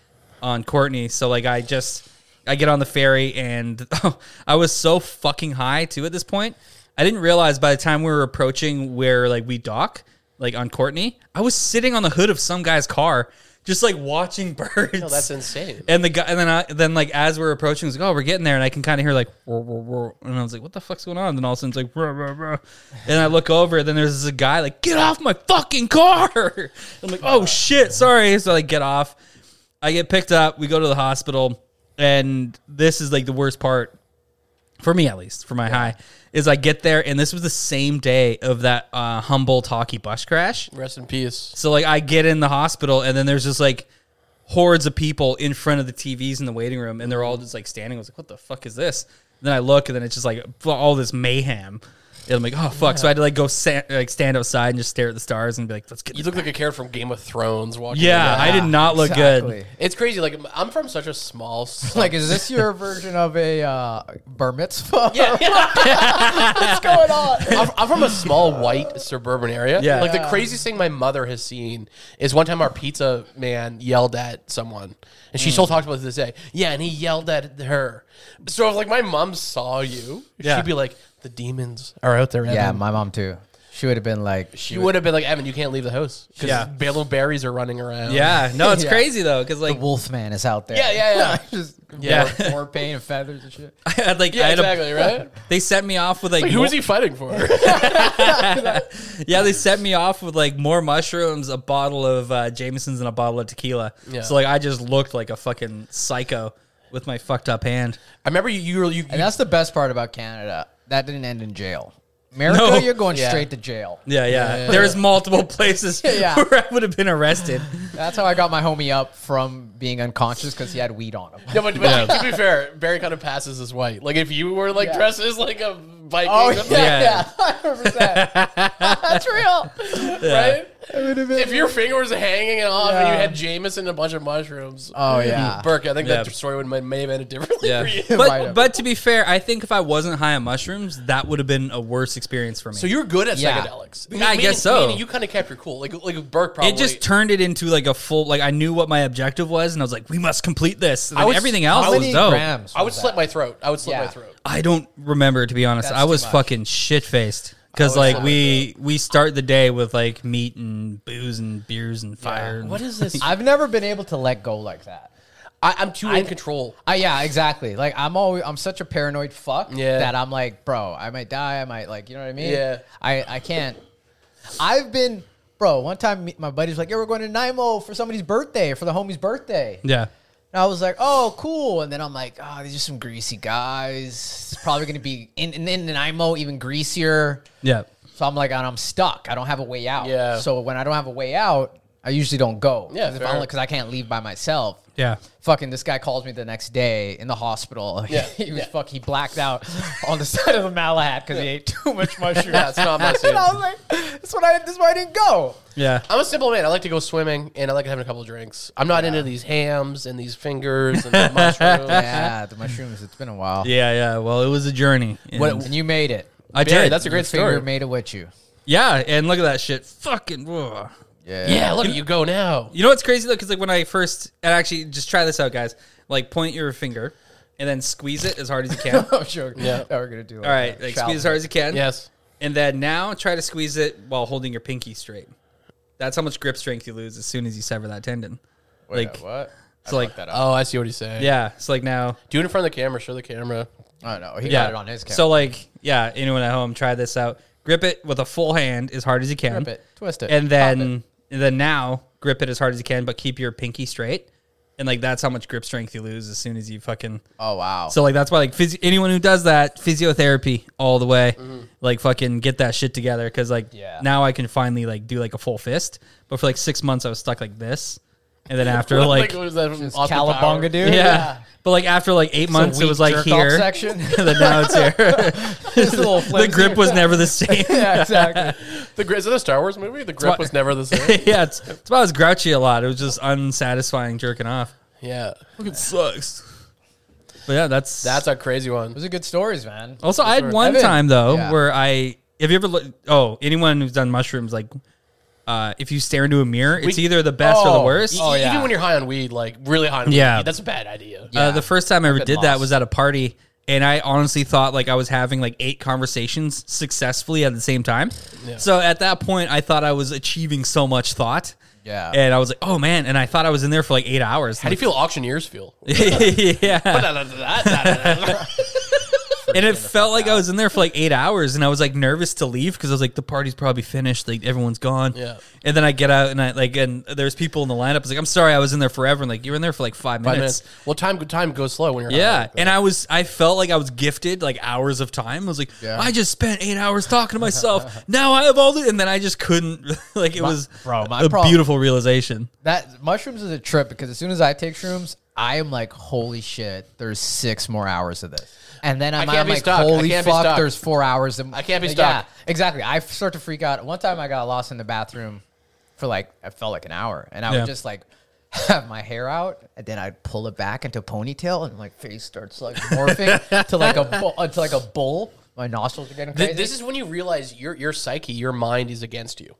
S1: on Courtney, so like I just I get on the ferry, and I was so fucking high too at this point. I didn't realize by the time we were approaching where like we dock, like on Courtney, I was sitting on the hood of some guy's car. Just like watching birds.
S2: No, that's insane.
S1: And the guy, and then I, then like as we're approaching, it's like, oh, we're getting there, and I can kind of hear like, "Whoa, whoa, whoa," and I was like, what the fuck's going on? And then all of a sudden it's like, "Whoa, whoa, whoa." and I look over, and then there's this guy like, get off my fucking car! I'm like, oh shit, sorry. So I like, get off. I get picked up. We go to the hospital, and this is like the worst part. for me at least, for my high, is I get there and this was the same day of that uh, Humboldt hockey bus crash.
S2: Rest in peace.
S1: So like I get in the hospital and then there's just like hordes of people in front of the TVs in the waiting room and they're all just like standing. I was like, what the fuck is this? And then I look and then it's just like all this mayhem. And I'm like, oh fuck! So I had to like go sa- like stand outside and just stare at the stars and be like, let's get.
S2: You
S1: this
S2: look
S1: back.
S2: like a character from Game of Thrones walking.
S1: yeah,
S2: around.
S1: I did not look
S3: Exactly.
S1: good.
S2: It's crazy. Like I'm from such a small. s-
S3: Like, is this your version of a uh, bar mitzvah?
S2: yeah.
S3: What's going on?
S2: I'm, I'm from a small white suburban area.
S1: Yeah.
S2: Like the
S3: Yeah.
S2: craziest thing my mother has seen is one time our pizza man yelled at someone, and
S1: Mm.
S2: she still talks about it to this day. Yeah, and he yelled at her. So if like my mom saw you,
S1: Yeah.
S2: she'd be like, "The demons are out there." Evan.
S3: Yeah, my mom too. She would have been like,
S2: she would have been like, "Evan, you can't leave the house because
S1: Yeah.
S2: yellow berries are running around."
S1: Yeah, no, it's
S3: Yeah.
S1: crazy though, because like
S3: Wolfman is out there.
S2: Yeah, yeah, yeah.
S3: Just
S1: Yeah.
S3: more, more paint and feathers and shit.
S1: I had like I
S2: Yeah,
S1: had a-
S2: exactly, right?
S1: they set me off with like,
S2: Like, who
S1: mul-
S2: is he fighting for?
S1: Yeah, they set me off with like more mushrooms, a bottle of uh, Jameson's, and a bottle of tequila.
S2: Yeah.
S1: So like, I just looked like a fucking psycho with my fucked up hand.
S2: I remember you. You, were- you,
S3: And that's the best part about Canada. That didn't end in jail. America,
S1: No.
S3: you're going
S2: Yeah.
S3: straight to jail.
S1: Yeah, yeah.
S2: Yeah.
S1: There's multiple places
S3: Yeah.
S1: where I would have been arrested.
S3: That's how I got my homie up from being unconscious because he had weed on him.
S2: No, but, but to be fair, Barry kind of passes as white. Like if you were like
S3: Yeah.
S2: dressed as like a Viking,
S3: Oh
S2: something,
S1: Yeah.
S3: yeah, yeah, hundred percent. That's real.
S2: right?
S3: It would have been-
S2: If your finger was hanging off and
S3: Yeah.
S2: you had Jameson and a bunch of mushrooms,
S3: Oh, yeah.
S2: Burke, I think
S1: Yeah.
S2: that story would may, may have ended differently
S1: Yeah,
S2: for you.
S3: Right
S1: but
S3: up.
S1: but to be fair, I think if I wasn't high on mushrooms, that would have been a worse experience for me.
S2: So you're good at
S3: Yeah.
S2: psychedelics.
S1: I guess so.
S2: meaning you kind of kept your cool. Like like Burke probably.
S1: it just turned it into like a full like I knew what my objective was, and I was like, we must complete this. And
S2: I
S1: then
S2: was-
S1: everything
S2: how
S1: else
S3: How
S1: was
S3: many
S1: dope.
S3: grams?
S2: I would
S3: was
S2: slit
S3: that?
S2: my throat. I would slit
S3: Yeah.
S2: my throat.
S1: I don't remember to be honest.
S3: That's
S1: I
S3: too
S1: was
S3: much.
S1: fucking shit faced because
S2: I was
S1: like
S2: too
S1: we we start the day with like meat and booze and beers and fire. and-
S2: What is this? I,
S3: I've never been able to let go like that.
S2: I'm too in control.
S3: Uh, yeah, exactly. Like I'm always, I'm such a paranoid fuck
S2: Yeah.
S3: that I'm like, bro, I might die. I might like, you know what I mean?
S2: Yeah.
S3: I, I can't. I've been, bro. One time, me- my buddy's like, yeah, we're going to Nanaimo for somebody's birthday, for the homie's birthday.
S1: Yeah,
S3: And I was like, oh, cool. And then I'm like, oh, these are some greasy guys. It's probably going to be in, in, in Nanaimo even greasier.
S1: yeah,
S3: So I'm like, and I'm stuck. I don't have a way out.
S2: Yeah.
S3: So when I don't have a way out, I usually don't go.
S2: Yeah, fair.
S3: Because I can't leave by myself.
S1: yeah.
S3: Fucking this guy calls me the next day in the hospital.
S2: Yeah,
S3: he was
S2: yeah.
S3: fuck. He blacked out on the side of the Malahat because he ate too much mushroom.
S2: Yeah, it's not my
S3: and I was like, "That's what I. This is why I didn't go."
S1: Yeah.
S2: I'm a simple man. I like to go swimming and I like having a couple of drinks. I'm not into these hams and these fingers and the mushrooms.
S3: Yeah, the mushrooms. It's been a while.
S1: Yeah, yeah. Well, it was a journey. And
S2: What-
S3: And you made it.
S1: I
S2: Barry,
S1: did.
S2: that's a
S3: Your
S2: great
S3: finger
S2: story.
S3: made it with you.
S1: yeah, and look at that shit. Fucking. whoa.
S2: Yeah, look, you go now.
S1: You know what's crazy though? Because like when I first, and actually, just try this out, guys. Like, point your finger and then squeeze it as hard as you can. All
S3: I'm sure. Yeah, we're gonna do. All
S1: right, like, squeeze as hard as you can.
S2: Yes.
S1: And then now try to squeeze it while holding your pinky straight. That's how much grip strength you lose as soon as you sever that tendon. like,
S3: what?
S1: so like,
S2: Oh, I see what he's saying.
S1: yeah. So like now,
S2: Do it in front of the camera. Show the camera.
S3: I don't know. Oh, He
S1: yeah.
S3: got it on his camera.
S1: So like, yeah. Anyone at home, try this out. Grip it with a full hand as hard as you can.
S3: Grip it, twist it,
S1: and
S3: pop
S1: then
S3: it.
S1: and then now grip it as hard as you can, but keep your pinky straight. And like that's how much grip strength you lose as soon as you fucking.
S3: oh wow.
S1: So like that's why like physio- anyone who does that physiotherapy all the way, like fucking get that shit together because like
S3: Yeah.
S1: now I can finally like do like a full fist. But for like six months I was stuck like this, and then after like
S2: what is that from Austin Power?
S3: Calabunga, dude.
S1: yeah. but like after like eight months it was like here,
S3: section.
S1: and then now it's here. the
S3: flips
S1: grip
S3: here.
S1: was never the same.
S3: yeah, exactly.
S2: The gri- is it a Star Wars movie? The grip
S1: why-
S2: was never the same.
S1: yeah, it's, it's why I was grouchy a lot. It was just unsatisfying jerking off.
S2: yeah,
S1: It sucks. But yeah, that's
S2: that's a crazy one.
S3: Those are good stories, man.
S1: Also, I had one
S3: Evan.
S1: time though
S3: Yeah.
S1: where I have you ever look, oh anyone who's done mushrooms like uh, if you stare into a mirror, it's
S2: We-
S1: either the best or the
S3: oh,
S1: worst.
S2: E-
S3: Oh,
S2: e- Even
S3: yeah.
S2: when you're high on weed, like really high on
S1: Yeah.
S2: weed, that's a bad idea.
S1: Uh, the first time I ever
S3: been
S1: did that
S3: lost.
S1: was at a party, and I honestly thought like I was having like eight conversations successfully at the same time. So at that point, I thought I was achieving so much thought.
S3: Yeah.
S1: and I was like, "Oh man!" And I thought I was in there for like eight hours.
S2: How do you feel auctioneers feel?
S1: yeah,
S2: That's pretty
S1: and it
S2: soon to
S1: felt
S2: fuck
S1: like I
S2: out.
S1: was in there for like eight hours, and I was like nervous to leave because I was like, the party's probably finished, like everyone's gone.
S2: Yeah.
S1: And then I get out, and I like, and there's people in the lineup. I was like, I'm sorry, I was in there forever, and like you were in there for like five minutes.
S2: five minutes. Oh, Well, time time goes slow when you're
S1: Yeah,
S2: high.
S1: and I was I felt like I was gifted like hours of time. I was like,
S3: Yeah.
S1: I just spent eight hours talking to myself. now I have all this, and then I just couldn't. Like it was
S3: bro, my
S1: a
S3: problem-
S1: beautiful realization.
S3: That mushrooms is a trip because as soon as I take shrooms, I am like, holy shit, there's six more hours of this. And then I'm,
S2: can't
S3: I'm
S2: be
S3: like,
S2: stuck. I
S3: holy
S2: can't be
S3: fuck,
S2: stuck.
S3: there's four hours. Of,
S2: I can't be
S3: Yeah,
S2: stuck.
S3: exactly. I f- start to freak out. One time I got lost in the bathroom for like, I felt like an hour. And I
S1: Yeah.
S3: would just like have my hair out and then I'd pull it back into a ponytail and my face starts like morphing to like a bull, uh, to like a bull. My nostrils are getting
S2: Th-
S3: crazy.
S2: this is when you realize your your psyche, your mind is against you.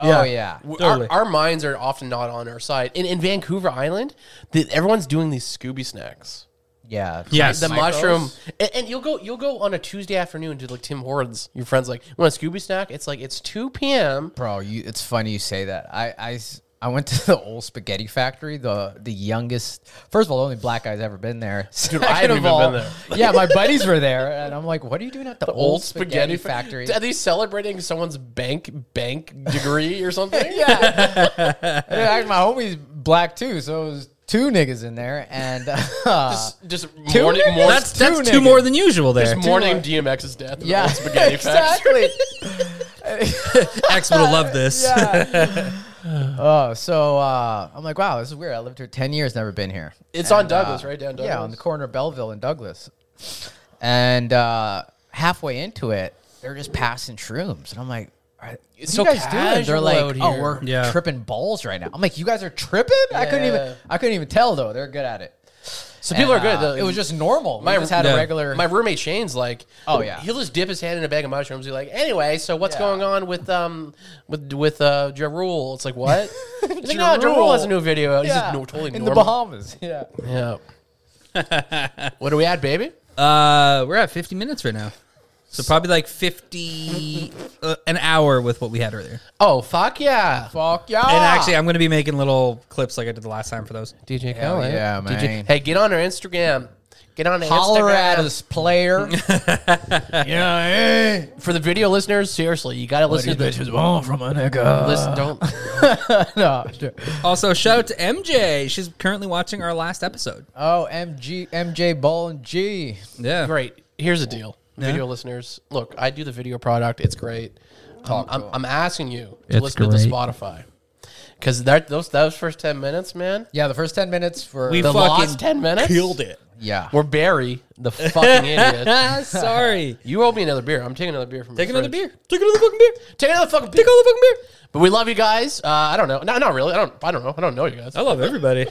S3: oh yeah.
S2: W-
S1: Totally.
S2: Our, our minds are often not on our side. In, in Vancouver Island, the, everyone's doing these Scooby snacks.
S3: Yeah.
S1: Yes,
S2: the
S3: Micros?
S2: mushroom, and, and you'll go you'll go on a Tuesday afternoon to like Tim Hortons. Your friends like you want a Scooby snack? It's like it's two p.m.
S3: Bro, you, it's funny you say that. I, I s- I went to the old spaghetti factory, the the youngest. First of all, the only black guy's ever been there. Dude,
S2: I haven't even been there.
S3: Yeah, my buddies were there, and I'm like, "What are you doing at the, old, spaghetti,
S2: fa-
S3: factory?"
S2: Are they celebrating someone's bank bank degree or something?
S3: yeah, And actually, my homie's black too, so it was two niggas in there, and uh,
S2: Just, just
S3: Two
S2: morning,
S3: niggas?
S2: morning,
S1: that's that's
S3: two
S1: two more
S3: niggas.
S1: than usual there.
S2: just mourning
S3: more.
S2: DMX's death. in the
S3: yeah,
S2: old spaghetti factory.
S3: exactly.
S1: X would have loved this.
S3: Yeah. Oh, so uh, I'm like, wow, this is weird. I lived here ten years, never been here.
S2: It's on Douglas, right down Douglas.
S3: uh, Yeah, on the corner of Belleville and Douglas. And uh, halfway into it, they're just passing shrooms, and I'm like, "All right, "What
S2: It's
S3: are
S2: so
S3: you guys doing?" They're
S2: casual
S3: like,
S2: out
S3: "Oh,
S2: here."
S3: we're
S1: Yeah.
S3: tripping balls right now." I'm like, "You guys are tripping?" I couldn't
S2: Yeah.
S3: even, I couldn't even tell though. They're good at it.
S2: so people are
S3: And,
S2: good.
S3: uh,
S2: though.
S3: it was just normal. We
S2: My-
S3: just had
S1: yeah.
S3: a regular.
S2: my roommate Shane's like,
S3: Oh, yeah.
S2: he'll just dip his hand in a bag of mushrooms. He's like, anyway, so what's
S3: Yeah.
S2: going on with um with with uh ja Rule? It's like what? He's like, no,
S3: Ja
S2: ja Rule
S3: Rule.
S2: has a new video. out." He's
S3: yeah,
S2: just no, totally
S3: in the
S2: normal.
S3: Bahamas. Yeah.
S2: yeah. what do we add, baby?
S1: Uh, we're at 50 minutes right now, so probably like 50 uh, an hour with what we had earlier.
S2: Oh fuck yeah,
S3: Fuck yeah.
S1: And
S2: Ah.
S1: actually, I'm going to be making little clips like I did the last time for those.
S2: DJ
S3: Hell
S2: Khaled.
S3: yeah, man.
S2: Hey, get on our Instagram. Get on our
S3: holler
S2: Instagram.
S3: at us, player. yeah. Hey.
S2: for the video listeners. Seriously, you gotta listen to the
S3: want from a nigga?
S2: Listen, don't.
S3: no. sure.
S1: Also, shout out to MJ. She's currently watching our last episode.
S3: Oh, MG, MJ Ball and G.
S1: Yeah,
S2: Great. Here's the deal, video listeners. Look, I do the video product. It's great.
S1: Oh,
S2: Um, I'm, I'm asking you to
S1: It's
S2: listen to
S1: great.
S2: the Spotify because that those those first ten minutes, man.
S3: Yeah, the first 10 minutes were.
S1: We
S2: The
S1: fucking
S2: last ten minutes
S1: killed it.
S3: yeah.
S2: We're Barry, the fucking idiot.
S1: Ah, sorry.
S2: You owe me another beer. I'm taking another beer from.
S1: Take
S2: your
S1: another
S2: fridge.
S1: beer. Take another fucking beer.
S2: Take another fucking beer.
S1: another fucking beer.
S2: But we love you guys. Uh, I don't know. No, not really. I don't. I don't know. I don't know you guys.
S1: I love everybody.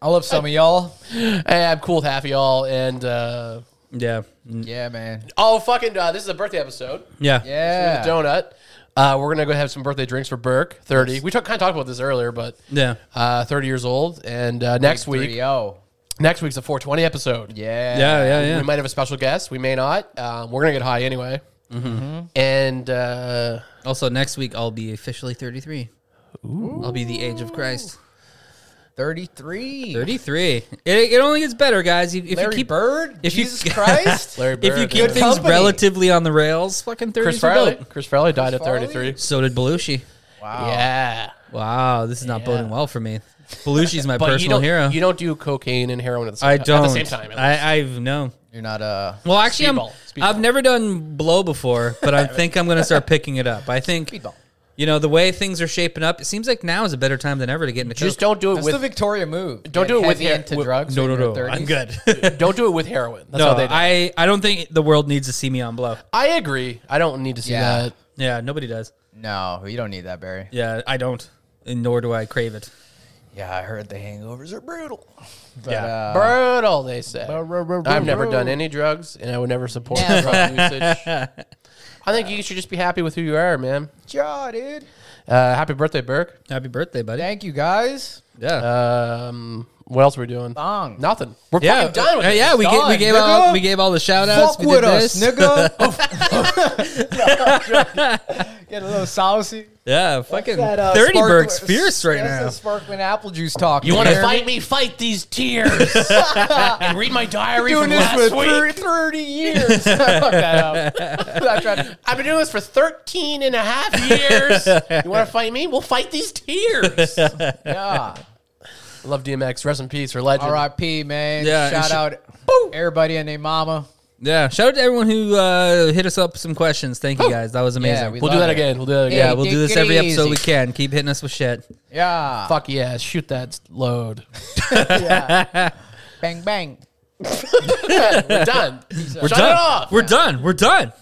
S3: I love some of y'all.
S2: Hey, I'm cool with half of y'all. And uh,
S1: Yeah.
S3: Yeah, man.
S2: oh, fucking, uh, this is a birthday episode.
S1: Yeah.
S3: Yeah.
S2: the donut. Uh, we're gonna go have some birthday drinks for Burke, thirty. We talk, kind of talked about this earlier, but
S1: Yeah.
S2: uh, thirty years old, and uh, next week,
S3: 3-0.
S2: next week's a four twenty episode.
S3: Yeah.
S1: Yeah, yeah, yeah.
S2: we might have a special guest. We may not. Um, we're gonna get high anyway,
S1: Mm-hmm.
S2: and uh,
S1: Also, next week I'll be officially 33. I'll be the age of Christ.
S3: 33.
S1: 33. It, it only gets better, guys. If, if you
S3: Larry
S1: keep
S3: Bird?
S1: if you-
S3: Jesus Christ?
S2: Larry
S1: if you
S2: Bird,
S1: keep
S2: yeah.
S1: things
S3: company.
S1: relatively on the rails, fucking 30
S2: Chris Farley, Chris Farley died at
S3: Farley?
S2: thirty three.
S1: So did Belushi.
S3: Wow.
S2: Yeah,
S1: Wow, this is not boding well for me. Belushi's my
S2: but you
S1: personal
S2: don't
S1: hero.
S2: you don't do cocaine and heroin at the same,
S1: I don't.
S2: at the same time. at least.
S1: I, I've no.
S3: You're not a.
S1: Well, actually, I'm,
S2: Speedball. Speedball.
S1: I've never done blow before, but I think I'm going to start picking it up. I think
S3: Speedball.
S1: You know the way things are shaping up. It seems like now is a better time than ever to get into
S2: Just
S1: coke.
S2: don't do it
S3: That's the
S2: with
S3: Victoria move.
S2: Don't
S3: Get
S2: do it with
S3: heavy
S2: hair-
S3: into
S2: with-
S3: drugs. when you're 30s.
S1: I'm good.
S2: don't do it with heroin. That's
S1: no,
S2: how they do. I,
S1: I I don't think the world needs to see me on blow.
S2: I agree. I don't need to see
S3: Yeah.
S2: that.
S1: Yeah, nobody does.
S3: No, you don't need that, Barry.
S1: Yeah, I don't, and nor do I crave it.
S3: Yeah, I heard the hangovers are brutal. But,
S1: Yeah.
S3: uh,
S2: brutal, they say. I've never done
S3: brutal.
S2: any drugs, and I would never support
S3: Never.
S2: drug usage. I think you should just be happy with who you are, man.
S3: Yeah, dude.
S2: Uh, happy birthday, Burke.
S1: Happy birthday, buddy.
S3: Thank you, guys.
S1: Yeah.
S2: Um, what else are we doing?
S3: Bong.
S2: Nothing. We're
S1: yeah,
S2: fucking done with
S1: uh,
S2: it.
S1: yeah. We,
S3: It's
S1: ga- we
S3: done,
S1: gave
S3: nigga.
S1: out we gave all the shout outs.
S3: Fuck with us, nigga. Get a little saucy.
S1: Yeah, fucking
S3: That, uh,
S1: thirty
S3: sparkling-
S1: Berg's fierce right
S3: that's
S1: now.
S3: that sparkling apple juice talk.
S2: You want to
S3: Jeremy.
S2: fight me? Fight these tears and read my diary
S3: Doing
S2: from
S3: this
S2: last
S3: for
S2: week.
S3: 30, 30 years. I fucked that up. I tried to-
S2: I've been doing this for 13 and a half years. you want to fight me? We'll fight these tears.
S3: yeah.
S2: Love DMX. Rest in peace for legend.
S3: R.I.P. Man.
S1: Yeah,
S3: Shout
S1: and sh-
S3: out everybody and their mama.
S1: Yeah, shout out to everyone who uh, hit us up some questions. Thank you guys, that was amazing.
S3: Yeah, we
S1: We'll-
S2: We'll do
S3: Love
S2: that
S3: it.
S2: again. We'll do that again.
S1: yeah,
S3: Hey,
S1: we'll
S3: take
S1: do this
S3: it
S1: every episode we
S3: easy.
S1: can. Keep hitting us with shit.
S3: Yeah.
S2: Fuck yeah. Shoot that load.
S3: Bang bang.
S2: We're done.
S1: We're
S2: Shut
S1: done.
S2: it off.
S1: We're done. We're done.